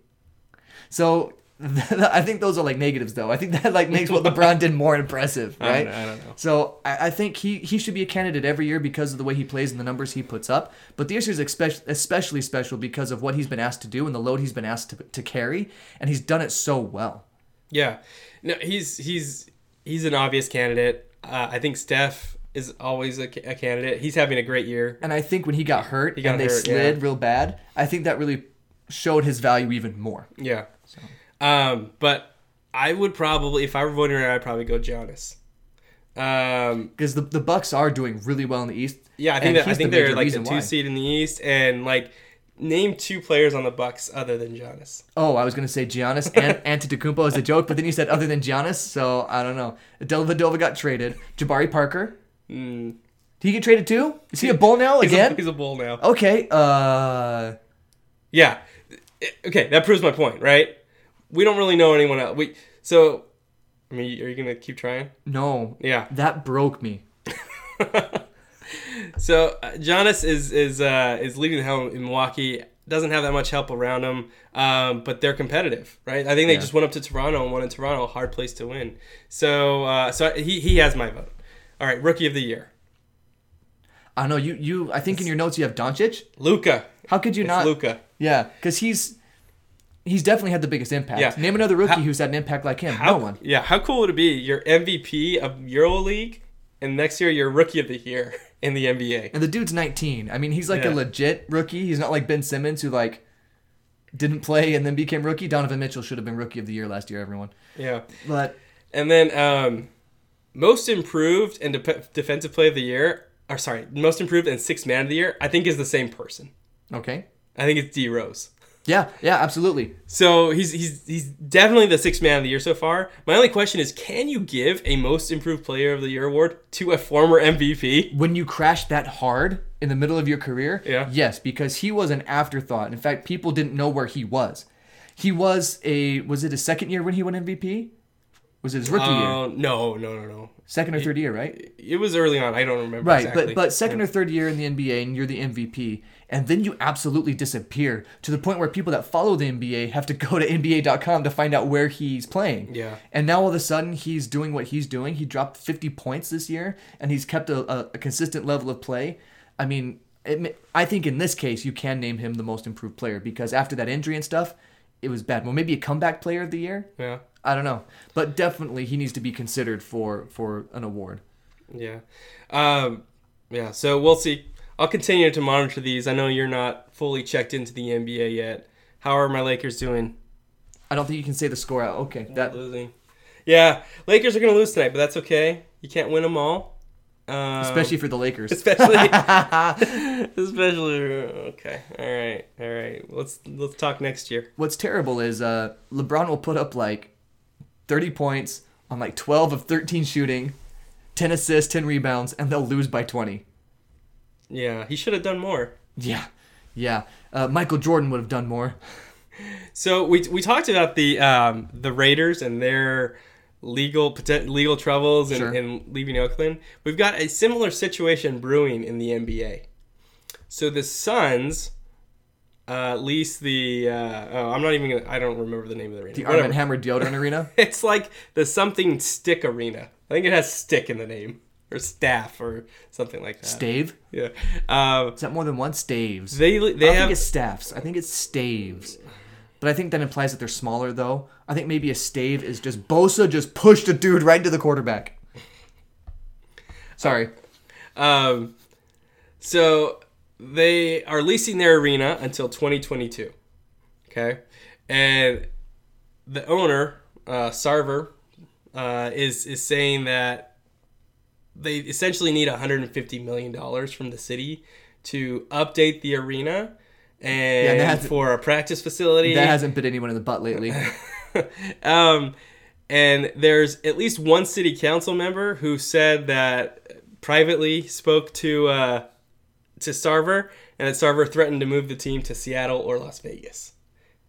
Speaker 2: so I think those are like negatives though. I think that like makes what LeBron did more impressive,
Speaker 1: don't
Speaker 2: right?
Speaker 1: know, I don't know.
Speaker 2: So I, I think he he should be a candidate every year because of the way he plays and the numbers he puts up. But this year's especially especially special because of what he's been asked to do and the load he's been asked to, to carry, and he's done it so well.
Speaker 1: Yeah, no, he's he's he's an obvious candidate. Uh, I think Steph is always a, ca- a candidate. He's having a great year.
Speaker 2: And I think when he got hurt
Speaker 1: got
Speaker 2: and they
Speaker 1: hurt,
Speaker 2: slid real bad, I think that really showed his value even more.
Speaker 1: Yeah. Um, but I would probably, if I were voting, right now, I'd probably go Giannis. Um,
Speaker 2: Because the, the Bucks are doing really well in the East.
Speaker 1: yeah, I think
Speaker 2: and
Speaker 1: that, I
Speaker 2: he's
Speaker 1: think
Speaker 2: the
Speaker 1: they're
Speaker 2: major
Speaker 1: like the
Speaker 2: reason
Speaker 1: two
Speaker 2: why.
Speaker 1: seed in the East, and like name two players on the Bucks other than Giannis.
Speaker 2: Oh, I was gonna say Giannis and Antetokounmpo as a joke, but then you said other than Giannis, so I don't know. Dellavedova got traded. Jabari Parker.
Speaker 1: Mm.
Speaker 2: Did he get traded too? Is he a bull now
Speaker 1: He's a-
Speaker 2: again?
Speaker 1: he's a bull now.
Speaker 2: Okay. Uh,
Speaker 1: Yeah. Okay, that proves my point, right? We don't really know anyone else. We so. I mean, are you gonna keep trying?
Speaker 2: no,
Speaker 1: Yeah.
Speaker 2: that broke me.
Speaker 1: So uh, Giannis is is uh, is leading the helm in Milwaukee. Doesn't have that much help around him, um, but they're competitive, right? I think they just went up to Toronto and won in Toronto, a hard place to win. So uh, so he he has my vote. All right, rookie of the year,
Speaker 2: I don't know. You, you. I think in your notes you have Doncic.
Speaker 1: Luca.
Speaker 2: How could you not?
Speaker 1: Luca.
Speaker 2: Yeah, because he's he's definitely had the biggest impact.
Speaker 1: Yeah.
Speaker 2: Name another rookie
Speaker 1: How-
Speaker 2: who's had an impact like him.
Speaker 1: How,
Speaker 2: no one.
Speaker 1: Yeah, how cool would it be? You're MVP of EuroLeague, and next year you're rookie of the year in the NBA.
Speaker 2: And the dude's 19. I mean, he's like
Speaker 1: Yeah.
Speaker 2: a legit rookie. He's not like Ben Simmons who like didn't play and then became rookie. Donovan Mitchell should have been rookie of the year last year, everyone.
Speaker 1: Yeah.
Speaker 2: But
Speaker 1: And then um, most improved and dep defensive play of the year, or sorry, most improved and sixth man of the year, I think is the same person.
Speaker 2: okay.
Speaker 1: I think it's D Rose.
Speaker 2: Yeah, yeah, absolutely.
Speaker 1: So he's he's he's definitely the sixth man of the year so far. My only question is, can you give a most improved player of the year award to a former MVP?
Speaker 2: When you crash that hard in the middle of your career,
Speaker 1: Yeah.
Speaker 2: yes, because he was an afterthought. In fact, people didn't know where he was. He was a was it his second year when he won MVP? Was it his rookie year?
Speaker 1: Uh, no, no, no, no.
Speaker 2: Second or third year, right?
Speaker 1: It was early on. I don't remember
Speaker 2: Right,
Speaker 1: exactly.
Speaker 2: but but second or third year in the NBA and you're the MVP, and then you absolutely disappear to the point where people that follow the NBA have to go to NBA.com to find out where he's playing.
Speaker 1: Yeah.
Speaker 2: And now all of a sudden he's doing what he's doing. He dropped 50 points this year, and he's kept a, a, a consistent level of play. I mean, it, ma- I think in this case you can name him the most improved player because after that injury and stuff, it was bad. Well, maybe a comeback player of the year.
Speaker 1: yeah,
Speaker 2: I don't know, but definitely he needs to be considered for for an award.
Speaker 1: yeah, um, yeah. So we'll see. I'll continue to monitor these. I know you're not fully checked into the NBA yet. How are my Lakers doing?
Speaker 2: I don't think you can say the score out. Okay, that
Speaker 1: losing. Yeah, Lakers are gonna lose tonight, but that's okay. You can't win them all. Um,
Speaker 2: especially for the Lakers.
Speaker 1: especially, especially. Okay, all right, all right. Let's let's talk next year.
Speaker 2: What's terrible is uh, LeBron will put up like 30 points on like 12 of 13 shooting, 10 assists, 10 rebounds, and they'll lose by 20.
Speaker 1: Yeah, he should have done more.
Speaker 2: Yeah, yeah. Uh, Michael Jordan would have done more.
Speaker 1: So we we talked about the um, the Raiders and their legal poten- legal troubles and,
Speaker 2: Sure.
Speaker 1: and leaving Oakland. We've got a similar situation brewing in the NBA. So the Suns. Uh, lease the uh, oh, I'm not even gonna. I don't remember the name of the arena.
Speaker 2: The Arm
Speaker 1: Whatever.
Speaker 2: and Hammer deodorant arena.
Speaker 1: It's like the something stick arena. I think it has stick in the name. or staff or something like that.
Speaker 2: Stave?
Speaker 1: yeah. Um,
Speaker 2: Is that more than one? Staves.
Speaker 1: they they
Speaker 2: I don't think
Speaker 1: have
Speaker 2: it's staffs. I think it's staves. But I think that implies that they're smaller, though. I think maybe a stave is just Bosa just pushed a dude right into the quarterback. Sorry.
Speaker 1: um, so they are leasing their arena until 2022. Okay, and the owner uh, Sarver uh, is is saying that they essentially need 150 million dollars from the city to update the arena and
Speaker 2: that has-
Speaker 1: for a practice facility.
Speaker 2: That hasn't bit anyone in the butt lately.
Speaker 1: um, and there's at least one city council member who said that privately spoke to uh, to Sarver, and that Sarver threatened to move the team to Seattle or Las Vegas.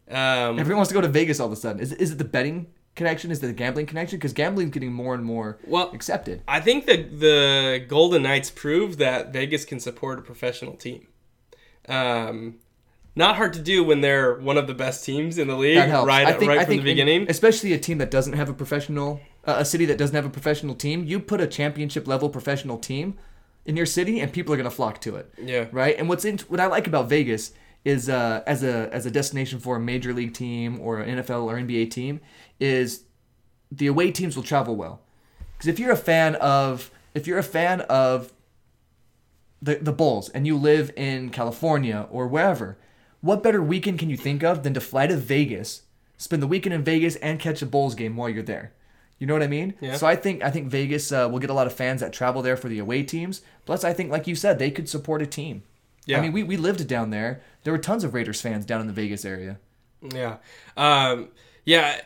Speaker 1: Um,
Speaker 2: Everyone wants to go to Vegas all of a sudden. Is, is it the betting connection? Is it the gambling connection? Because gambling's getting more and more
Speaker 1: Well-
Speaker 2: accepted.
Speaker 1: I think the the Golden Knights proved that Vegas can support a professional team. Um, not hard to do when they're one of the best teams in the league
Speaker 2: That helps.
Speaker 1: right,
Speaker 2: I think,
Speaker 1: right
Speaker 2: I
Speaker 1: from
Speaker 2: think
Speaker 1: the
Speaker 2: in-
Speaker 1: beginning.
Speaker 2: especially a team that doesn't have a professional, uh, a city that doesn't have a professional team. You put a championship level professional team in your city, and people are going to flock to it.
Speaker 1: yeah.
Speaker 2: right? And what's in, what I like about Vegas is uh, as a as a destination for a major league team or an NFL or NBA team is the away teams will travel well because if you're a fan of if you're a fan of the the Bulls and you live in California or wherever, what better weekend can you think of than to fly to Vegas, spend the weekend in Vegas, and catch a Bulls game while you're there? You know what I mean?
Speaker 1: Yeah.
Speaker 2: So I think I think Vegas uh, will get a lot of fans that travel there for the away teams. Plus, I think like you said, they could support a team.
Speaker 1: Yeah.
Speaker 2: I mean, we, we lived down there. There were tons of Raiders fans down in the Vegas area.
Speaker 1: Yeah. Um, yeah.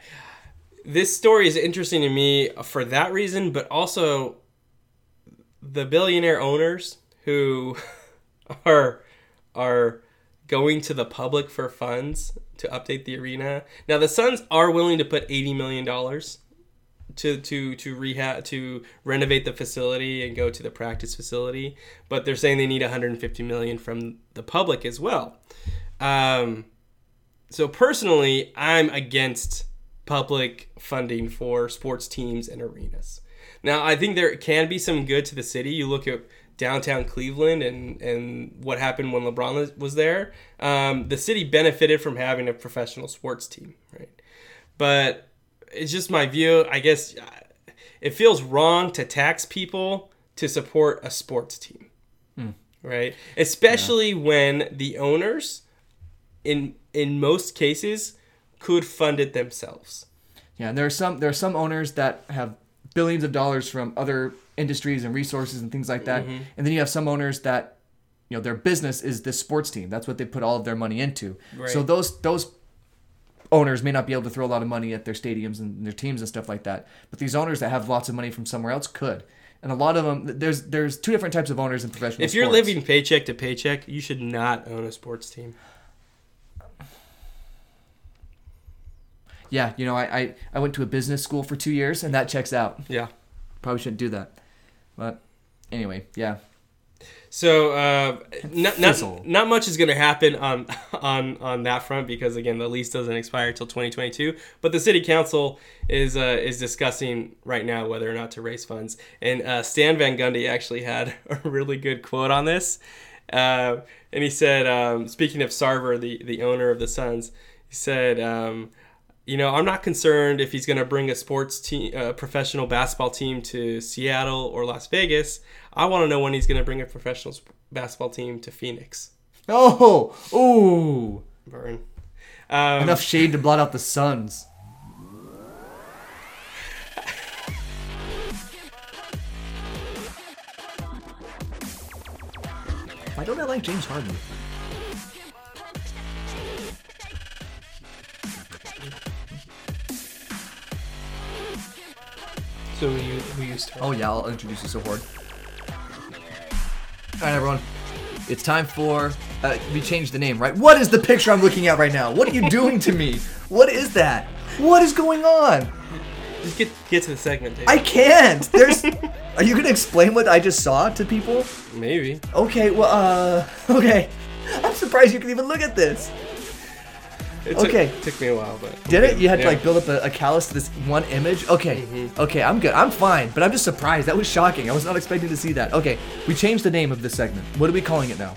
Speaker 1: This story is interesting to me for that reason, but also the billionaire owners who are are going to the public for funds to update the arena. Now the Suns are willing to put 80 million dollars to to to rehab to renovate the facility and go to the practice facility, but they're saying they need 150 million from the public as well. Um, so personally, I'm against public funding for sports teams and arenas. Now, I think there can be some good to the city. You look at downtown Cleveland and and what happened when LeBron was- was there. Um, the city benefited from having a professional sports team, right? But it's just my view. I guess uh, it feels wrong to tax people to support a sports team, right? Especially when the owners in in most cases could fund it themselves.
Speaker 2: Yeah, and there are some there are some owners that have billions of dollars from other industries and resources and things like that.
Speaker 1: Mm-hmm.
Speaker 2: And then you have some owners that you know their business is this sports team. That's what they put all of their money into. So
Speaker 1: Right.
Speaker 2: those those owners may not be able to throw a lot of money at their stadiums and their teams and stuff like that. But these owners that have lots of money from somewhere else could. And a lot of them there's there's two different types of owners in professional
Speaker 1: If you're
Speaker 2: sports.
Speaker 1: living paycheck to paycheck, you should not own a sports team.
Speaker 2: Yeah, you know, I, I I went to a business school for 2 years and that checks out.
Speaker 1: Yeah.
Speaker 2: Probably shouldn't do that. But anyway, yeah.
Speaker 1: So uh, not,
Speaker 2: Fizzle.
Speaker 1: not not much is going to happen on on on that front because again the lease doesn't expire till 2022. But the city council is uh, is discussing right now whether or not to raise funds. And uh, Stan Van Gundy actually had a really good quote on this, uh, and he said, um, speaking of Sarver, the the owner of the Suns, he said. Um, you know, I'm not concerned if he's going to bring a sports team, a professional basketball team to Seattle or Las Vegas. I want to know when he's going to bring a professional sp- basketball team to Phoenix.
Speaker 2: Oh, ooh.
Speaker 1: Burn. Um,
Speaker 2: Enough shade to blot out the suns. Why don't I like James Harden?
Speaker 1: So we you who you start?
Speaker 2: Oh yeah, I'll introduce you so hard. All right, everyone. It's time for uh, we changed the name, right? What is the picture I'm looking at right now? What are you doing to me? What is that? What is going on?
Speaker 1: Just get get to the segment, Dave.
Speaker 2: I can't. There's. Are you gonna explain what I just saw to people?
Speaker 1: Maybe.
Speaker 2: Okay, well, uh, okay. I'm surprised you can even look at this.
Speaker 1: It took,
Speaker 2: Okay.
Speaker 1: Took me a while, but
Speaker 2: Did it? You had to
Speaker 1: Yeah.
Speaker 2: like build up a, a callus to this one image. Okay, okay, I'm good. I'm fine, but I'm just surprised. That was shocking. I was not expecting to see that. Okay, we changed the name of this segment. What are we calling it now?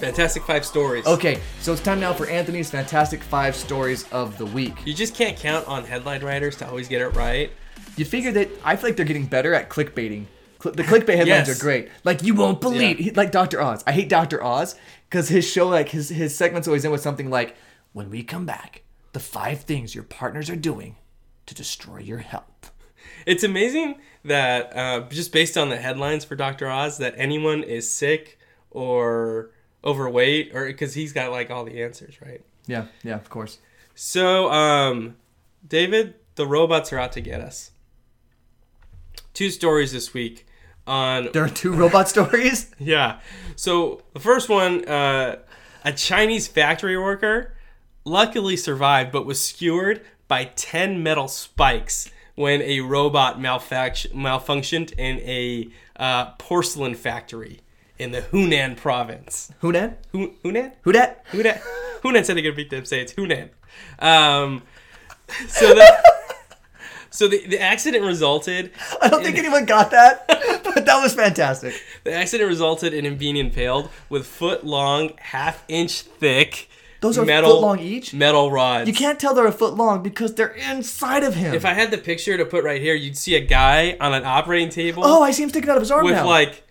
Speaker 1: Fantastic Five stories.
Speaker 2: Okay, so it's time now for Anthony's fantastic five stories of the week.
Speaker 1: You just can't count on headline writers to always get it right.
Speaker 2: You figure that I feel like they're getting better at clickbaiting. Cl- the clickbait headlines
Speaker 1: Yes.
Speaker 2: are great. Like you won't believe,
Speaker 1: Yeah.
Speaker 2: he- like Dr. Oz. I hate Dr. Oz because his show, like his his segments, always end with something like, "When we come back, the five things your partners are doing to destroy your health."
Speaker 1: It's amazing that uh, just based on the headlines for Dr. Oz, that anyone is sick or overweight, or because he's got like all the answers, right?
Speaker 2: Yeah, yeah, of course.
Speaker 1: So, um, David, the robots are out to get us. Two stories this week on
Speaker 2: There are two robot stories.
Speaker 1: Yeah. So the first one, uh, a Chinese factory worker luckily survived but was skewered by 10 metal spikes when a robot malfunction- malfunctioned in a uh, porcelain factory in the Hunan province.
Speaker 2: Who dat?
Speaker 1: Hun- Hunan?
Speaker 2: Who dat?
Speaker 1: Hunan? Hunan said they're going to beat them, say it's Hunan. Um, so the, so the, the accident resulted
Speaker 2: I don't think anyone got that, but that was fantastic.
Speaker 1: The accident resulted in him being impaled with foot long, half inch thick.
Speaker 2: Those are foot-long each?
Speaker 1: Metal rods.
Speaker 2: You can't tell they're a foot long because they're inside of him.
Speaker 1: If I had the picture to put right here, you'd see a guy on an operating table
Speaker 2: oh, I see him sticking out of his arm
Speaker 1: with
Speaker 2: now.
Speaker 1: like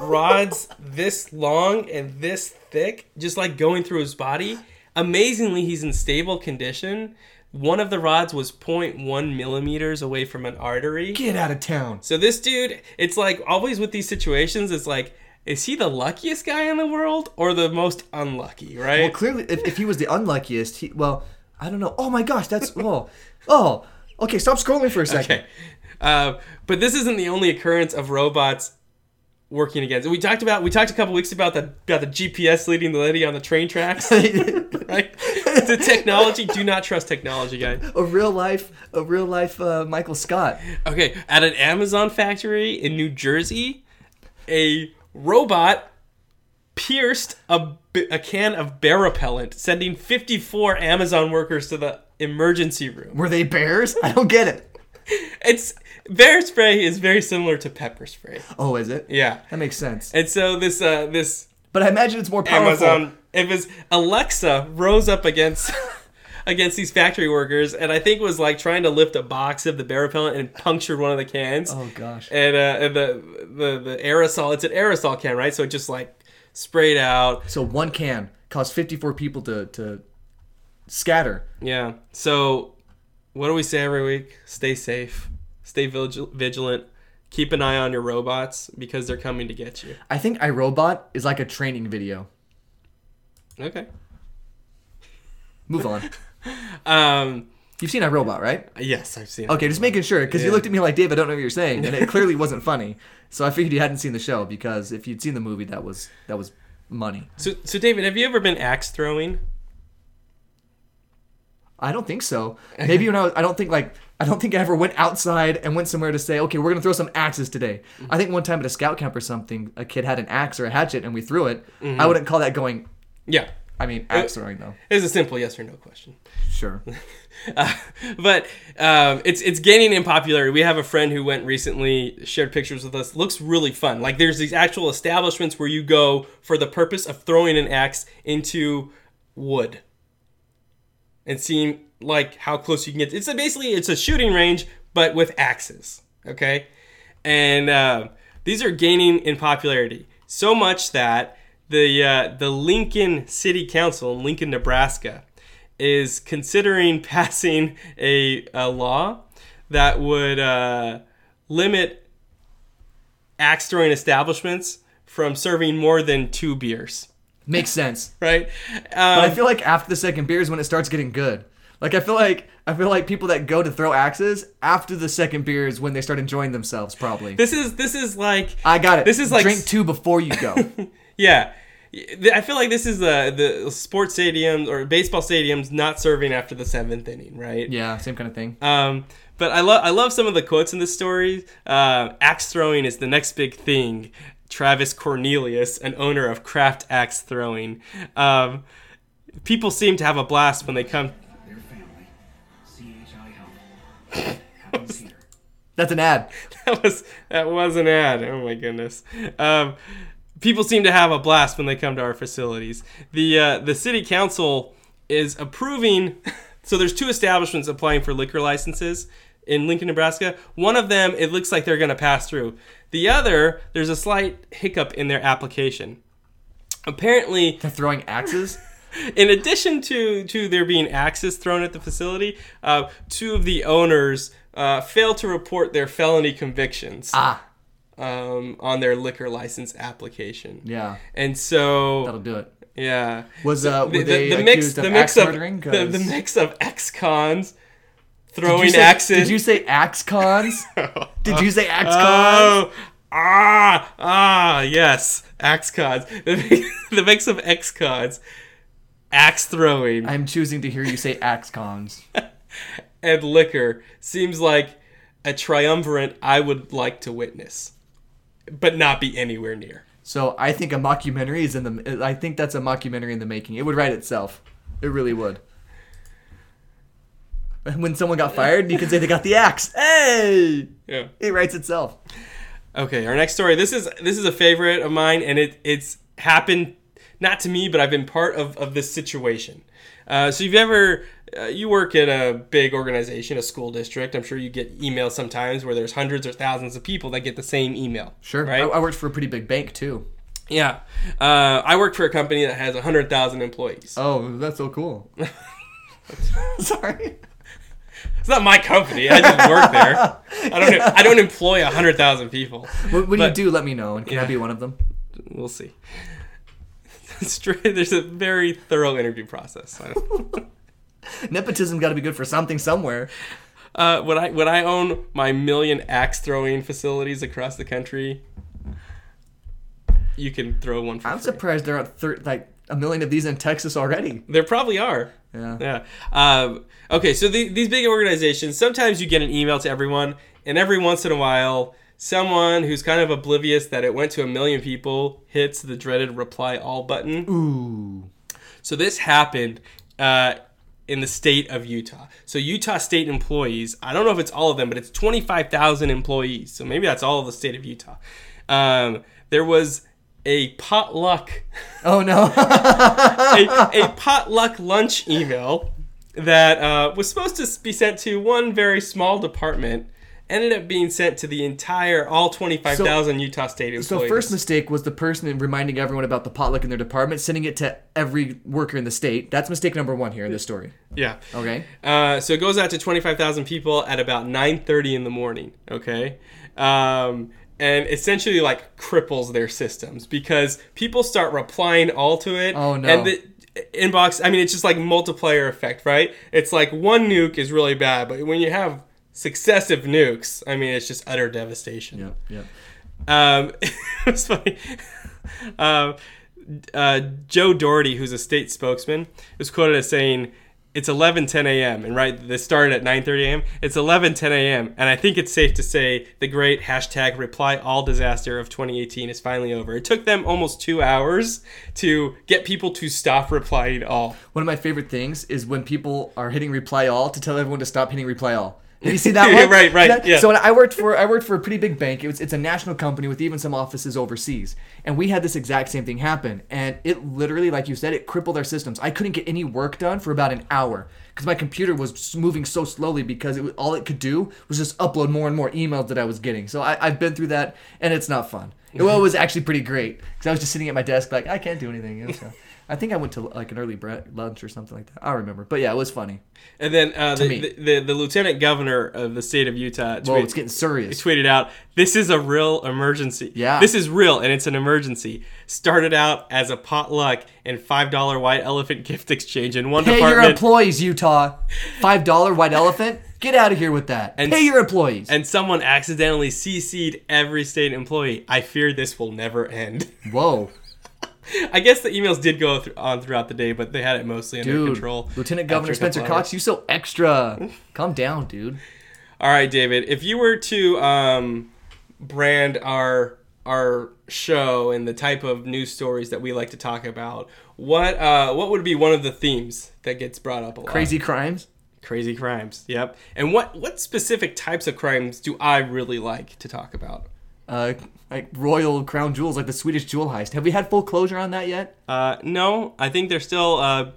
Speaker 1: rods this long and this thick, just like going through his body. Amazingly, he's in stable condition. One of the rods was 0.1 millimeters away from an artery.
Speaker 2: Get out of town.
Speaker 1: So this dude, it's like always with these situations, it's like, is he the luckiest guy in the world or the most unlucky,
Speaker 2: Well,
Speaker 1: right?
Speaker 2: clearly, if, if he was the unluckiest, he well, I don't know. Oh my gosh, that's oh, oh. Okay, stop scrolling for a second.
Speaker 1: okay. Uh, but this isn't the only occurrence of robots working against. We talked about we talked a couple weeks about the about the GPS leading the lady on the train tracks, right? the technology. Do not trust technology, guys.
Speaker 2: a real life, a real life uh, Michael Scott.
Speaker 1: Okay, at an Amazon factory in New Jersey, a robot pierced a, b- a can of bear repellent, sending 54 Amazon workers to the emergency room.
Speaker 2: Were they bears? I don't get it.
Speaker 1: It's bear spray is very similar to pepper spray.
Speaker 2: Oh, is it?
Speaker 1: Yeah.
Speaker 2: That makes sense.
Speaker 1: And so this uh, this
Speaker 2: But I imagine it's more powerful.
Speaker 1: Amazon it was Alexa rose up against against these factory workers and I think was like trying to lift a box of the bear repellent and punctured one of the cans.
Speaker 2: Oh gosh.
Speaker 1: and, uh, and the, the the aerosol it's an aerosol can right so it just like sprayed out
Speaker 2: So one can caused 54 people to to scatter.
Speaker 1: yeah so what do we say every week stay safe stay vigil- vigilant keep an eye on your robots because they're coming to get you
Speaker 2: I think iRobot is like a training video.
Speaker 1: okay
Speaker 2: Move on.
Speaker 1: um
Speaker 2: You've seen iRobot, right?
Speaker 1: yes i've seen it.
Speaker 2: Okay, just making sure because you
Speaker 1: Yeah.
Speaker 2: looked at me like, Dave, I don't know what you're saying, and it clearly wasn't funny. So I figured you hadn't seen the show because if you'd seen the movie, that was that was money.
Speaker 1: so so david have you ever been axe throwing
Speaker 2: I don't think so. Maybe when I was, I don't think like I don't think I ever went outside and went somewhere to say, okay, we're gonna throw some axes today. I think one time at a scout camp or something, a kid had an axe or a hatchet and we threw it. I wouldn't call that going.
Speaker 1: yeah
Speaker 2: I mean, axe throwing though.
Speaker 1: it's a simple yes or no question
Speaker 2: Sure.
Speaker 1: Uh, but um, it's it's gaining in popularity. We have a friend who went recently, shared pictures with us. Looks really fun. Like there's these actual establishments where you go for the purpose of throwing an axe into wood and seeing like how close you can get. It's a, basically it's a shooting range but with axes. Okay, and uh, these are gaining in popularity so much that the uh, the Lincoln City Council in Lincoln, Nebraska, is considering passing a, a law that would uh, limit axe throwing establishments from serving more than two beers.
Speaker 2: Makes sense.
Speaker 1: Right? Um,
Speaker 2: But I feel like after the second beer is when it starts getting good. Like I feel like I feel like people that go to throw axes after the second beer is when they start enjoying themselves. Probably.
Speaker 1: this is this is like
Speaker 2: I got it.
Speaker 1: This is like
Speaker 2: drink two before you go.
Speaker 1: Yeah. I feel like this is the the sports stadiums or baseball stadiums not serving after the seventh inning, right?
Speaker 2: yeah, same kind of thing.
Speaker 1: Um, but I love I love some of the quotes in this story. Uh, axe throwing is the next big thing. Travis Cornelius, an owner of Craft Axe Throwing, um, people seem to have a blast when they come.
Speaker 3: Their family, CHI Health, happens here.
Speaker 2: That's an ad.
Speaker 1: That was that was an ad. Oh my goodness. Um, people seem to have a blast when they come to our facilities. The uh, the city council is approving. So there's two establishments applying for liquor licenses in Lincoln, Nebraska. One of them, it looks like they're going to pass through. The other, there's a slight hiccup in their application. Apparently,
Speaker 2: They're throwing axes.
Speaker 1: in addition to to there being axes thrown at the facility, uh, two of the owners uh, failed to report their felony convictions
Speaker 2: ah,
Speaker 1: um, on their liquor license application.
Speaker 2: yeah,
Speaker 1: And so,
Speaker 2: that'll do it.
Speaker 1: yeah,
Speaker 2: Was uh, were they accused of axe murdering?
Speaker 1: the,
Speaker 2: 'Cause-
Speaker 1: the
Speaker 2: Did
Speaker 1: mix of ex cons
Speaker 2: you
Speaker 1: throwing
Speaker 2: say-
Speaker 1: axes. Uh,
Speaker 2: Did you say axe cons? Did you say axe
Speaker 1: Oh,
Speaker 2: cons?
Speaker 1: ah, ah, yes, axe cons. The, mix- the mix of ex cons, axe throwing,
Speaker 2: I'm choosing to hear you say axe cons.
Speaker 1: and liquor seems like a triumvirate I would like to witness, but not be anywhere near.
Speaker 2: So I think a mockumentary is in the. I think that's a mockumentary in the making. It would write itself. It really would. And When someone got fired, you can say they got the axe. Hey,
Speaker 1: Yeah.
Speaker 2: it writes itself.
Speaker 1: Okay, our next story. This is this is a favorite of mine, and it it's happened not to me, but I've been part of of this situation. Uh, so you've ever uh, you work at a big organization, a school district. I'm sure you get emails sometimes where there's hundreds or thousands of people that get the same email.
Speaker 2: Sure.
Speaker 1: Right.
Speaker 2: I, I worked for a pretty big bank too.
Speaker 1: yeah. Uh, I work for a company that has hundred thousand employees.
Speaker 2: Oh, that's so cool. Sorry.
Speaker 1: It's not my company. I just work there. I don't. I don't employ hundred thousand people.
Speaker 2: When, when
Speaker 1: But-
Speaker 2: you do, let me know, and can I be one of them?
Speaker 1: We'll see. It's true. There's a very thorough interview process. I don't-
Speaker 2: Nepotism got to be good for something somewhere.
Speaker 1: Uh, would I would I own my million axe throwing facilities across the country? You can throw one for
Speaker 2: I'm
Speaker 1: free.
Speaker 2: surprised there aren't thir- like a million of these in Texas already.
Speaker 1: There probably are.
Speaker 2: Yeah.
Speaker 1: Yeah. Um, okay, so the, these big organizations, sometimes you get an email to everyone, and every once in a while, someone who's kind of oblivious that it went to a million people hits the dreaded reply all button.
Speaker 2: Ooh.
Speaker 1: So this happened uh, in the state of Utah. So Utah state employees, I don't know if it's all of them, but it's 25,000 employees. So maybe that's all of the state of Utah. Um, there was a potluck,
Speaker 2: Oh no.
Speaker 1: a, a potluck lunch email that uh, was supposed to be sent to one very small department. Ended up being sent to the entire all twenty five thousand Utah State employees.
Speaker 2: so first mistake was the person reminding everyone about the potluck in their department, sending it to every worker in the state. That's mistake number one here in this story.
Speaker 1: yeah,
Speaker 2: Okay.
Speaker 1: Uh, so it goes out to 25,000 people at about 9:30 in the morning. Okay, um, and essentially like cripples their systems because people start replying all to it.
Speaker 2: Oh, no.
Speaker 1: And the inbox. I mean, it's just like multiplier effect, right? It's like one nuke is really bad, but when you have successive nukes, I mean, it's just utter devastation.
Speaker 2: Yep. Yep.
Speaker 1: Um, it was funny. Um, uh, Joe Doherty, who's a state spokesman, was quoted as saying, "It's 11:10 a.m. and right, this started at 9:30 a.m. It's 11:10 a.m. and I think it's safe to say the great hashtag reply all disaster of 2018 is finally over. It took them almost two hours to get people to stop replying all.
Speaker 2: One of my favorite things is when people are hitting reply all to tell everyone to stop hitting reply all. Did you see that one?
Speaker 1: Right, right,
Speaker 2: That-
Speaker 1: yeah.
Speaker 2: So when I worked for I worked for a pretty big bank. It was it's a national company with even some offices overseas, and we had this exact same thing happen. And it literally, like you said, it crippled our systems. I couldn't get any work done for about an hour because my computer was s- moving so slowly because it was, all it could do was just upload more and more emails that I was getting. So I, I've been through that, and it's not fun. It, well, it was actually pretty great because I was just sitting at my desk like I can't do anything. It was, uh, I think I went to like an early bre- lunch or something like that. I remember, but yeah, it was funny.
Speaker 1: And then uh, the,
Speaker 2: me.
Speaker 1: the, the the lieutenant governor of the state of Utah.
Speaker 2: Whoa,
Speaker 1: tweet-
Speaker 2: it's getting serious.
Speaker 1: He tweeted out, "This is a real emergency.
Speaker 2: Yeah.
Speaker 1: this is real, and it's an emergency. Started out as a potluck and five dollar white elephant gift exchange in one
Speaker 2: Pay your
Speaker 1: department,
Speaker 2: employees, Utah. Five dollar white elephant. Get out of here with that.
Speaker 1: And
Speaker 2: Pay
Speaker 1: s-
Speaker 2: your employees.
Speaker 1: and someone accidentally CC'd every state employee. I fear this will never end.
Speaker 2: Whoa,
Speaker 1: I guess the emails did go thr- on throughout the day, but they had it mostly under
Speaker 2: dude.
Speaker 1: control.
Speaker 2: Lieutenant
Speaker 1: after
Speaker 2: Governor
Speaker 1: a couple
Speaker 2: Spencer
Speaker 1: hours.
Speaker 2: Cox, you so extra. Calm down, dude.
Speaker 1: All right, David. If you were to um, brand our our show and the type of news stories that we like to talk about, what uh, what would be one of the themes that gets brought up a lot?
Speaker 2: Crazy crimes.
Speaker 1: crazy crimes. Yep. And what what specific types of crimes do I really like to talk about?
Speaker 2: Uh, like royal crown jewels, like the Swedish jewel heist. Have we had full closure on that yet?
Speaker 1: Uh, no, I think they're still uh,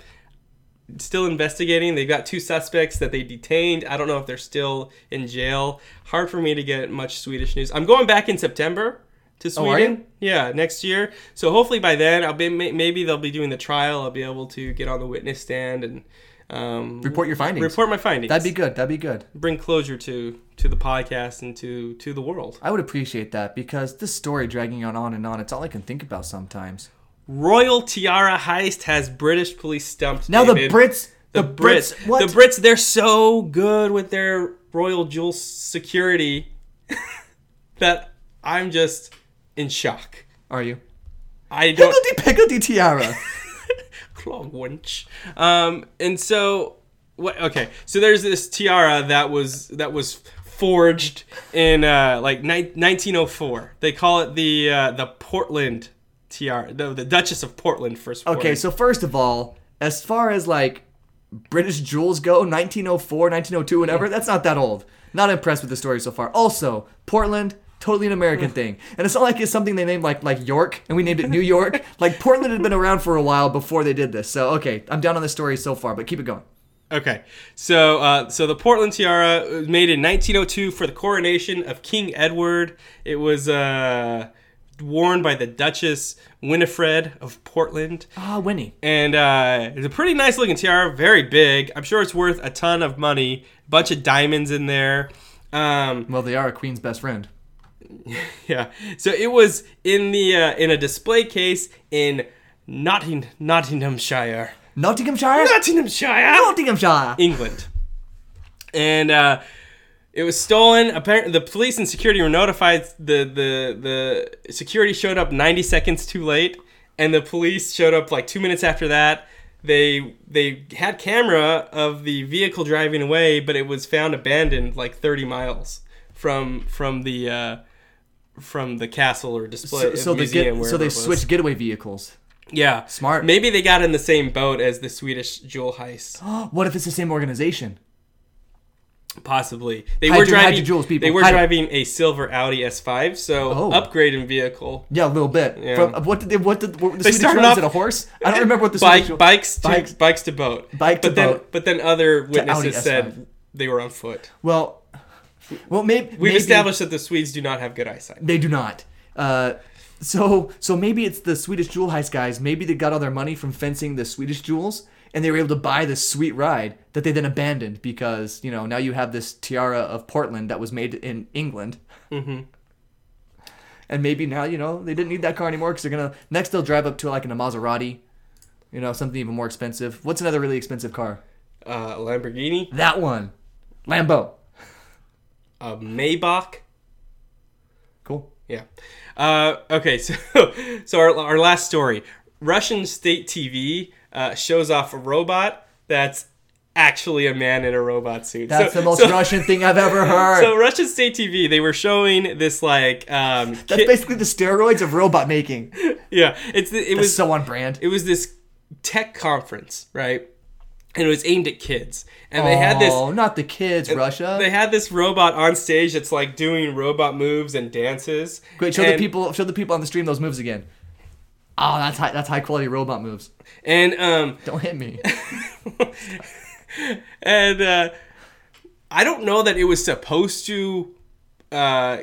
Speaker 1: still investigating. They've got two suspects that they detained. I don't know if they're still in jail. Hard for me to get much Swedish news. I'm going back in September to Sweden.
Speaker 2: Oh, are
Speaker 1: Yeah, next year. So hopefully by then I'll be may- maybe they'll be doing the trial. I'll be able to get on the witness stand and um,
Speaker 2: Report your findings.
Speaker 1: report my findings.
Speaker 2: That'd be good. That'd be good.
Speaker 1: bring closure to to the podcast and to to the world.
Speaker 2: I would appreciate that because this story dragging on on and on. It's all I can think about sometimes.
Speaker 1: Royal tiara heist has British police stumped.
Speaker 2: Now
Speaker 1: David.
Speaker 2: the Brits.
Speaker 1: The, Brits,
Speaker 2: What?
Speaker 1: the Brits, they're so good with their royal jewel security that I'm just in shock.
Speaker 2: Are you?
Speaker 1: I don't
Speaker 2: Pickledy pickledy tiara.
Speaker 1: clog wench. Um, and so what? Okay, so there's this tiara that was that was forged in uh, like ni- 1904. They call it the uh, the Portland tiara. No, the Duchess of Portland first.
Speaker 2: Okay,
Speaker 1: forged.
Speaker 2: so first of all, as far as like British jewels go, 1904, 1902, whatever, that's not that old. Not impressed with the story so far. Also, Portland, totally an American thing. And it's not like it's something they named like like York and we named it New York. like Portland had been around for a while before they did this. So, okay, I'm down on the story so far, but keep it going.
Speaker 1: Okay, so uh, so the Portland tiara was made in 1902 for the coronation of King Edward. It was uh, worn by the Duchess Winifred of Portland,
Speaker 2: Ah, Winnie.
Speaker 1: and uh, it's a pretty nice looking tiara, very big. I'm sure it's worth a ton of money. Bunch of diamonds in there. Um,
Speaker 2: Well, they are a queen's best friend.
Speaker 1: yeah, so it was in the uh, in a display case in Notting Nottinghamshire,
Speaker 2: Nottinghamshire?
Speaker 1: Nottinghamshire,
Speaker 2: Nottinghamshire.
Speaker 1: England. And uh, it was stolen. Apparently, the police and security were notified. The, the the security showed up 90 seconds too late, and the police showed up like two minutes after that. They they had camera of the vehicle driving away, but it was found abandoned like 30 miles from from the uh, from the castle or display
Speaker 2: So, so they
Speaker 1: museum.
Speaker 2: get,
Speaker 1: wherever
Speaker 2: so they
Speaker 1: it was.
Speaker 2: switched getaway vehicles.
Speaker 1: Yeah,
Speaker 2: Smart.
Speaker 1: Maybe they got in the same boat as the Swedish jewel heist.
Speaker 2: what if it's the same organization?
Speaker 1: Possibly, they
Speaker 2: Hide
Speaker 1: were
Speaker 2: your- hide
Speaker 1: driving.
Speaker 2: your jewels, people.
Speaker 1: They were
Speaker 2: Hide 'em.
Speaker 1: driving a silver Audi S5, so
Speaker 2: Oh.
Speaker 1: upgrade in vehicle.
Speaker 2: Yeah, a little bit.
Speaker 1: Yeah.
Speaker 2: From what did they? What did what, were the
Speaker 1: They
Speaker 2: Swedish
Speaker 1: started
Speaker 2: ones
Speaker 1: off- eh,
Speaker 2: at a horse? I don't remember what the
Speaker 1: Bike,
Speaker 2: Swedish
Speaker 1: bikes, to,
Speaker 2: bikes-
Speaker 1: bikes, to boat.
Speaker 2: Bike to
Speaker 1: but then,
Speaker 2: boat.
Speaker 1: But then other
Speaker 2: Audi
Speaker 1: witnesses said
Speaker 2: S5.
Speaker 1: they were on foot.
Speaker 2: Well, well, maybe
Speaker 1: We've established that the Swedes do not have good eyesight.
Speaker 2: they do not. Uh, so so maybe it's the Swedish jewel heist guys. Maybe they got all their money from fencing the Swedish jewels, and they were able to buy this sweet ride that they then abandoned because you know now you have this tiara of Portland that was made in England.
Speaker 1: Mm-hmm.
Speaker 2: And maybe now you know they didn't need that car anymore because they're gonna next they'll drive up to like in a Maserati, you know something even more expensive. What's another really expensive car?
Speaker 1: Uh, Lamborghini,
Speaker 2: That one, Lambo.
Speaker 1: a Maybach.
Speaker 2: Cool.
Speaker 1: Yeah. Uh, okay, so so our, our last story. Russian state TV uh, shows off a robot that's actually a man in a robot suit.
Speaker 2: That's
Speaker 1: So-
Speaker 2: the most
Speaker 1: so-
Speaker 2: Russian thing I've ever heard.
Speaker 1: So Russian state TV, they were showing this like um
Speaker 2: That's
Speaker 1: ki-
Speaker 2: basically the steroids of robot making.
Speaker 1: yeah, it's the- it
Speaker 2: It's
Speaker 1: was
Speaker 2: so on brand.
Speaker 1: it was this tech conference, right? And it was aimed at kids. And they had this
Speaker 2: Oh, not the kids, Russia.
Speaker 1: they had this robot on stage that's like doing robot moves and dances.
Speaker 2: Wait, show the
Speaker 1: And-
Speaker 2: people, show the people on the stream those moves again. Oh, that's high, that's high quality robot moves.
Speaker 1: And um
Speaker 2: Don't hit me.
Speaker 1: and uh, I don't know that it was supposed to uh,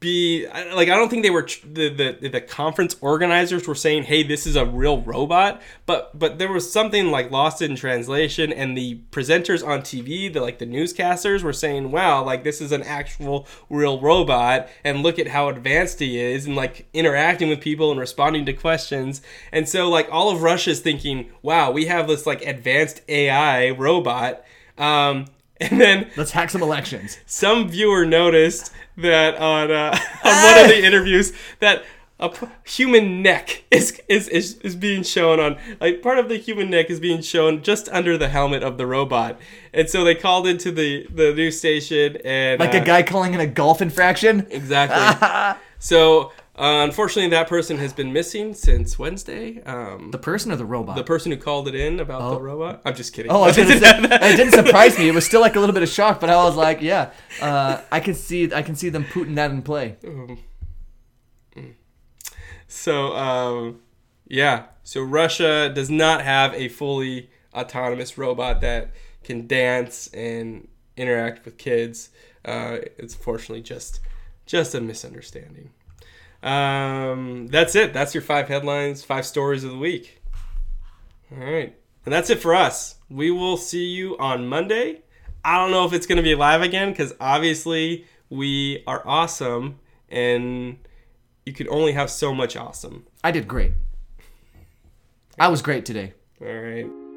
Speaker 1: be I- like I don't think they were tr- the, the the conference organizers were saying hey this is a real robot but but there was something like lost in translation and the presenters on TV the like the newscasters were saying wow like this is an actual real robot and look at how advanced he is and like interacting with people and responding to questions and so like all of Russia's thinking wow we have this like advanced AI robot um and then
Speaker 2: Let's hack some elections.
Speaker 1: some viewer noticed that on uh, on one of the interviews that a p- human neck is, is is is being shown on like part of the human neck is being shown just under the helmet of the robot, and so they called into the the news station and
Speaker 2: Like
Speaker 1: uh,
Speaker 2: a guy calling in a golf infraction.
Speaker 1: exactly. so Uh, unfortunately, that person has been missing since Wednesday. Um,
Speaker 2: The person or the robot?
Speaker 1: the person who called it in about
Speaker 2: Oh.
Speaker 1: the robot. I'm just kidding.
Speaker 2: Oh, I was gonna say, it didn't surprise me. It was still like a little bit of shock, but I was like, yeah, uh, I can see, I can see them putting that in play.
Speaker 1: So, um, yeah. So Russia does not have a fully autonomous robot that can dance and interact with kids. Uh, it's fortunately just just a misunderstanding. Um, that's it. That's your five headlines, five stories of the week. All right, and that's it for us. We will see you on Monday. I don't know if it's going to be live again because obviously we are awesome and you can only have so much awesome.
Speaker 2: I did great. I was great today.
Speaker 1: All right.